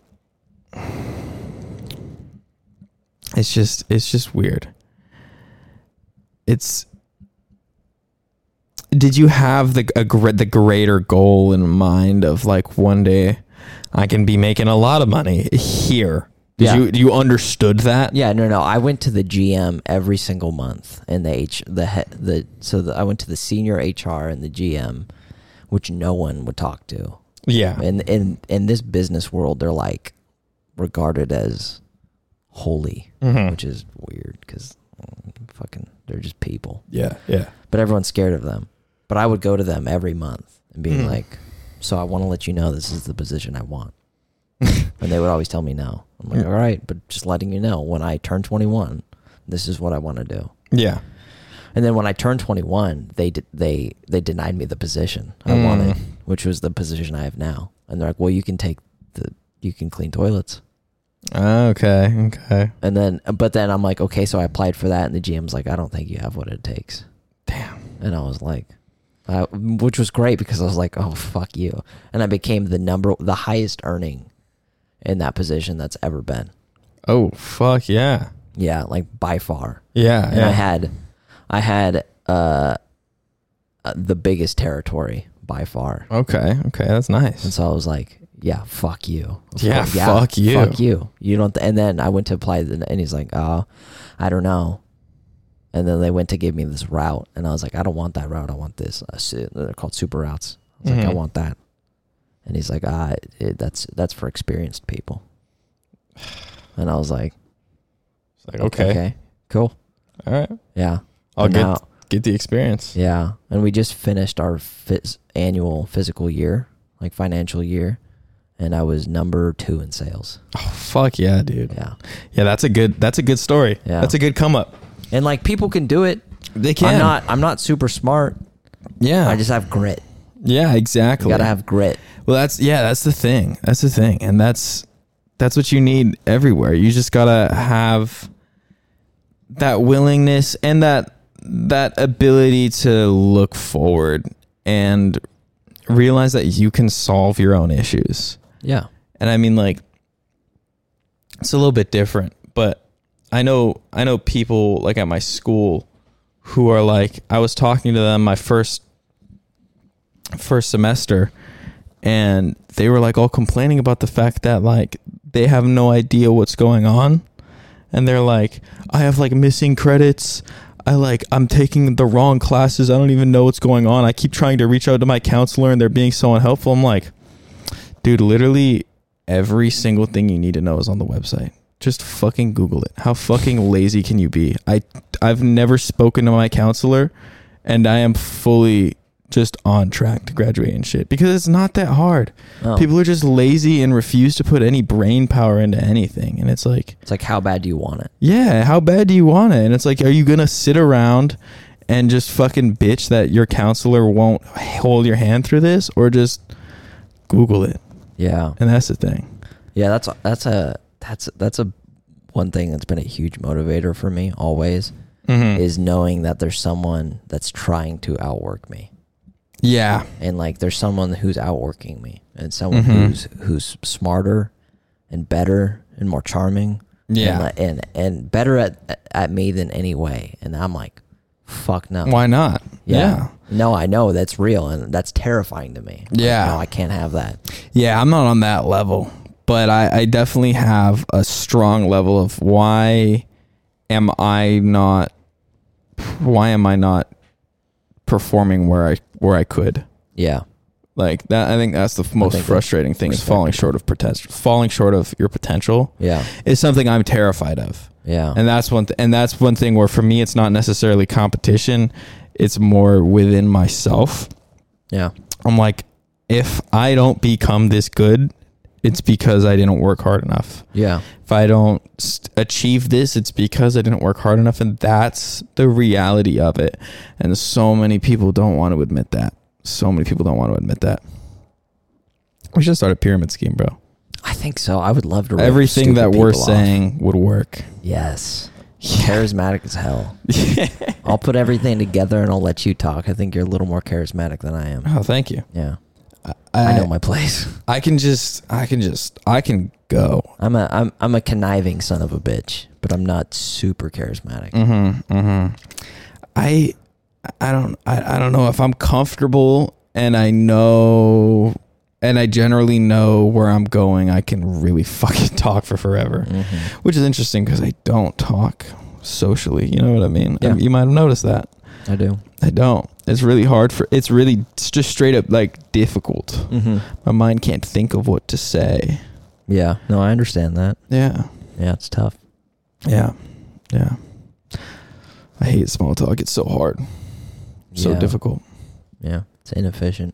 Speaker 2: it's just it's just weird. It's did you have the a, gre- the greater goal in mind of like one day I can be making a lot of money here? Did
Speaker 3: Yeah.
Speaker 2: you you understood that?
Speaker 3: Yeah, no, no. I went to the GM every single month, and the H, the he, the so the, I went to the senior HR and the GM, which no one would talk to.
Speaker 2: Yeah.
Speaker 3: And in in this business world, they're like regarded as holy,
Speaker 2: Mhm.
Speaker 3: which is weird because fucking they're just people,
Speaker 2: Yeah. Yeah.
Speaker 3: but everyone's scared of them. But I would go to them every month and be
Speaker 2: Mm.
Speaker 3: like, "So I want to let you know this is the position I
Speaker 2: *laughs*
Speaker 3: want." and they would always tell me no. I'm like,
Speaker 2: Yeah.
Speaker 3: all right, but just letting you know, when I turn 21, this is what I want to do.
Speaker 2: Yeah.
Speaker 3: And then when I turned 21, they did, they they denied me the position I wanted,
Speaker 2: Mm.
Speaker 3: which was the position I have now. And they're like, well, you can take the you can clean toilets.
Speaker 2: Okay. Okay.
Speaker 3: And then, but then I'm like, okay, so I applied for that, and the GM's like, I don't think you have what it takes.
Speaker 2: Damn.
Speaker 3: And I was like, I, which was great because I was like, oh fuck you, and I became the number the highest earning in that position that's ever been.
Speaker 2: Oh fuck yeah.
Speaker 3: Yeah, like by far.
Speaker 2: Yeah.
Speaker 3: And
Speaker 2: yeah.
Speaker 3: I had, I had uh, uh, the biggest territory by far,
Speaker 2: okay. Okay. That's
Speaker 3: and
Speaker 2: nice.
Speaker 3: so I was like, "Yeah, fuck you." I was
Speaker 2: Yeah,
Speaker 3: like,
Speaker 2: fuck you.
Speaker 3: fuck you. You don't. Th-. And then I went to apply, the, and he's like, "Oh, I don't know." And then they went to give me this route, and I was like, "I don't want that route. I want this. Uh, su- They're called super routes." I was like, "I
Speaker 2: Mhm.
Speaker 3: want that." And he's like, "Ah, it, that's that's for experienced people." *sighs* And I was like,
Speaker 2: It's like, okay.
Speaker 3: okay cool,
Speaker 2: All right.
Speaker 3: yeah."
Speaker 2: I'll
Speaker 3: And
Speaker 2: get
Speaker 3: now-
Speaker 2: get the experience.
Speaker 3: Yeah, and we just finished our phys- annual physical year, like financial year, and I was number two in sales.
Speaker 2: Oh fuck yeah, dude.
Speaker 3: Yeah,
Speaker 2: Yeah, that's a good that's a good story.
Speaker 3: Yeah.
Speaker 2: That's a good come up.
Speaker 3: and like people can do it.
Speaker 2: They can.
Speaker 3: I'm not. I'm not super smart.
Speaker 2: yeah.
Speaker 3: I just have grit.
Speaker 2: yeah,
Speaker 3: You
Speaker 2: exactly.
Speaker 3: gotta have grit.
Speaker 2: well, that's yeah, that's the thing. That's the thing. And that's that's what you need everywhere. You just got to have that willingness and that that ability to look forward and realize that you can solve your own issues.
Speaker 3: Yeah,
Speaker 2: and I mean like it's a little bit different, but I know I know people like at my school who are like I was talking to them my first first semester and they were like all complaining about the fact that like they have no idea what's going on and they're like I have like missing credits I like I'm taking the wrong classes I don't even know what's going on I keep trying to reach out to my counselor and they're being so unhelpful I'm like dude literally every single thing you need to know is on the website just fucking google it how fucking lazy can you be i i've never spoken to my counselor and i am fully just on track to graduate and shit because it's not that hard
Speaker 3: Oh,
Speaker 2: people are just lazy and refuse to put any brain power into anything and it's like
Speaker 3: It's like how bad do you want it?
Speaker 2: yeah, how bad do you want it? And it's like, are you gonna sit around and just fucking bitch that your counselor won't hold your hand through this, or just Google it?
Speaker 3: Yeah,
Speaker 2: And that's the thing.
Speaker 3: yeah. That's that's a that's that's a one thing that's been a huge motivator for me always
Speaker 2: Mhm.
Speaker 3: is knowing that there's someone that's trying to outwork me
Speaker 2: yeah.
Speaker 3: and like there's someone who's outworking me and someone
Speaker 2: Mhm.
Speaker 3: who's who's smarter and better and more charming
Speaker 2: Yeah.
Speaker 3: and like- and, and, better at at me than any way and i'm like fuck no
Speaker 2: Why not? Yeah.
Speaker 3: no i know that's real and that's terrifying to me Like,
Speaker 2: Yeah.
Speaker 3: no i can't have that
Speaker 2: yeah. I'm not on that level, but I, I definitely have a strong level of why am I not why am I not performing where I where I could?
Speaker 3: yeah
Speaker 2: Like that I think that's the f- most
Speaker 3: think that's
Speaker 2: frustrating thing is falling short of potential falling short of your potential
Speaker 3: yeah
Speaker 2: is something I'm terrified of.
Speaker 3: yeah
Speaker 2: and that's one th- and that's one thing where for me it's not necessarily competition it's more within myself
Speaker 3: yeah
Speaker 2: i'm like if i don't become this good it's because i didn't work hard enough
Speaker 3: yeah
Speaker 2: if i don't st- achieve this it's because i didn't work hard enough and that's the reality of it and so many people don't want to admit that so many people don't want to admit that we should start a pyramid scheme bro
Speaker 3: i think so i would love to rip
Speaker 2: everything
Speaker 3: stupid
Speaker 2: that we're
Speaker 3: people off.
Speaker 2: saying would work
Speaker 3: yes charismatic as hell i'll put everything together and i'll let you talk i think you're a little more charismatic than i
Speaker 2: *laughs*
Speaker 3: am
Speaker 2: *laughs* oh thank you
Speaker 3: yeah
Speaker 2: Uh,
Speaker 3: i know my place *laughs*
Speaker 2: I can just, I can just, I can go.
Speaker 3: I'm a I'm I'm a conniving son of a bitch, but I'm not super charismatic.
Speaker 2: Mm-hmm. Mm-hmm. I, I don't, I, I don't know if I'm comfortable, and I know, and I generally know where I'm going. I can really *laughs* fucking talk for forever,
Speaker 3: Mhm.
Speaker 2: which is interesting because I don't talk socially. You know what I mean?
Speaker 3: Yeah.
Speaker 2: you might have noticed that.
Speaker 3: I do.
Speaker 2: I don't. It's really hard for. It's really it's just straight up like difficult.
Speaker 3: Mm-hmm.
Speaker 2: My mind can't think of what to say.
Speaker 3: Yeah. No, I understand that.
Speaker 2: Yeah.
Speaker 3: Yeah, it's tough.
Speaker 2: Yeah. Yeah. I hate small talk. It's so hard. So
Speaker 3: Yeah.
Speaker 2: difficult.
Speaker 3: Yeah, it's inefficient.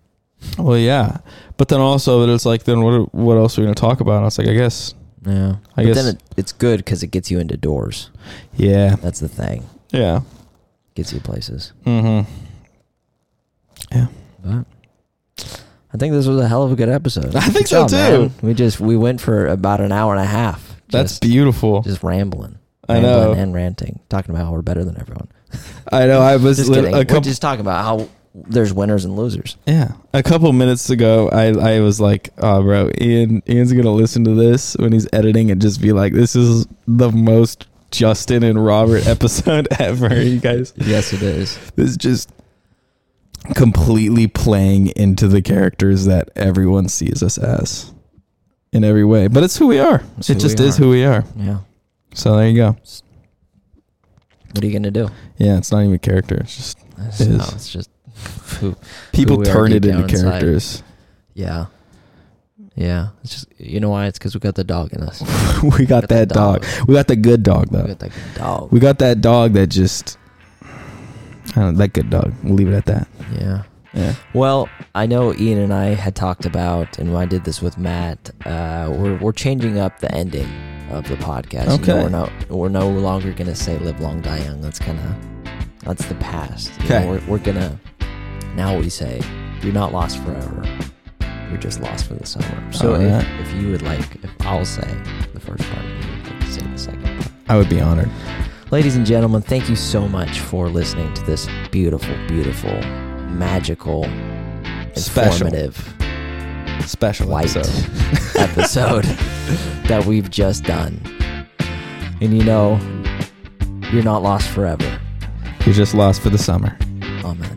Speaker 2: Well, yeah. But then also it's like then what what else are we going to talk about? And I was like, I guess.
Speaker 3: Yeah.
Speaker 2: I
Speaker 3: but
Speaker 2: guess-
Speaker 3: then it, it's good because it gets you into doors.
Speaker 2: Yeah.
Speaker 3: That's the thing.
Speaker 2: Yeah.
Speaker 3: Gets you places.
Speaker 2: Mhm.
Speaker 3: But I think this was a hell of a good episode.
Speaker 2: I think
Speaker 3: Good job,
Speaker 2: so, too.
Speaker 3: man. We just we went for about an hour and a half.
Speaker 2: That's
Speaker 3: just,
Speaker 2: beautiful.
Speaker 3: just rambling.
Speaker 2: I
Speaker 3: Rambling
Speaker 2: know.
Speaker 3: and ranting, talking about how we're better than everyone.
Speaker 2: I know. I was
Speaker 3: Just
Speaker 2: li-
Speaker 3: kidding.
Speaker 2: a
Speaker 3: We're
Speaker 2: couple
Speaker 3: just talking about how there's winners and losers.
Speaker 2: Yeah. A couple minutes ago, I I was like, "Oh, bro, Ian Ian's going to listen to this when he's editing and just be like, this is the most Justin and Robert *laughs* episode ever, you guys."
Speaker 3: Yes, it is.
Speaker 2: is just completely playing into the characters that everyone sees us as in every way. But it's who we are.
Speaker 3: It's
Speaker 2: it
Speaker 3: who
Speaker 2: just
Speaker 3: we
Speaker 2: is
Speaker 3: are.
Speaker 2: who we are.
Speaker 3: Yeah.
Speaker 2: So there you go.
Speaker 3: What are you gonna do?
Speaker 2: Yeah, it's not even character. It's just
Speaker 3: It's,
Speaker 2: It
Speaker 3: no,
Speaker 2: is.
Speaker 3: it's just who,
Speaker 2: people
Speaker 3: we are
Speaker 2: turn
Speaker 3: deep
Speaker 2: it
Speaker 3: down
Speaker 2: into
Speaker 3: inside.
Speaker 2: characters. *laughs*
Speaker 3: yeah, yeah. It's just you know why? It's because we got the dog in us.
Speaker 2: we got that dog. We got the good dog
Speaker 3: We
Speaker 2: though.
Speaker 3: got that good dog.
Speaker 2: We got that dog that just I don't know, that good dog. We'll leave it at that.
Speaker 3: yeah.
Speaker 2: Yeah.
Speaker 3: Well, I know Ian and I had talked about, and I did this with Matt. Uh, we're we're changing up the ending of the podcast. You know,
Speaker 2: Okay.
Speaker 3: we're not we're no longer gonna say "Live Long, Die Young." That's kind of that's the past. You know,
Speaker 2: Okay.
Speaker 3: we're we're gonna now we say you're not lost forever. You're just lost for the summer. So if,
Speaker 2: Alright.
Speaker 3: if you would like, if I'll say the first part, you would like to say the second part.
Speaker 2: I would be honored.
Speaker 3: Ladies and gentlemen, thank you so much for listening to this beautiful, beautiful, magical,
Speaker 2: Special.
Speaker 3: informative,
Speaker 2: Special
Speaker 3: light
Speaker 2: episode. *laughs*
Speaker 3: episode that we've just done. And you know, you're not lost forever.
Speaker 2: You're just lost for the summer.
Speaker 3: Amen.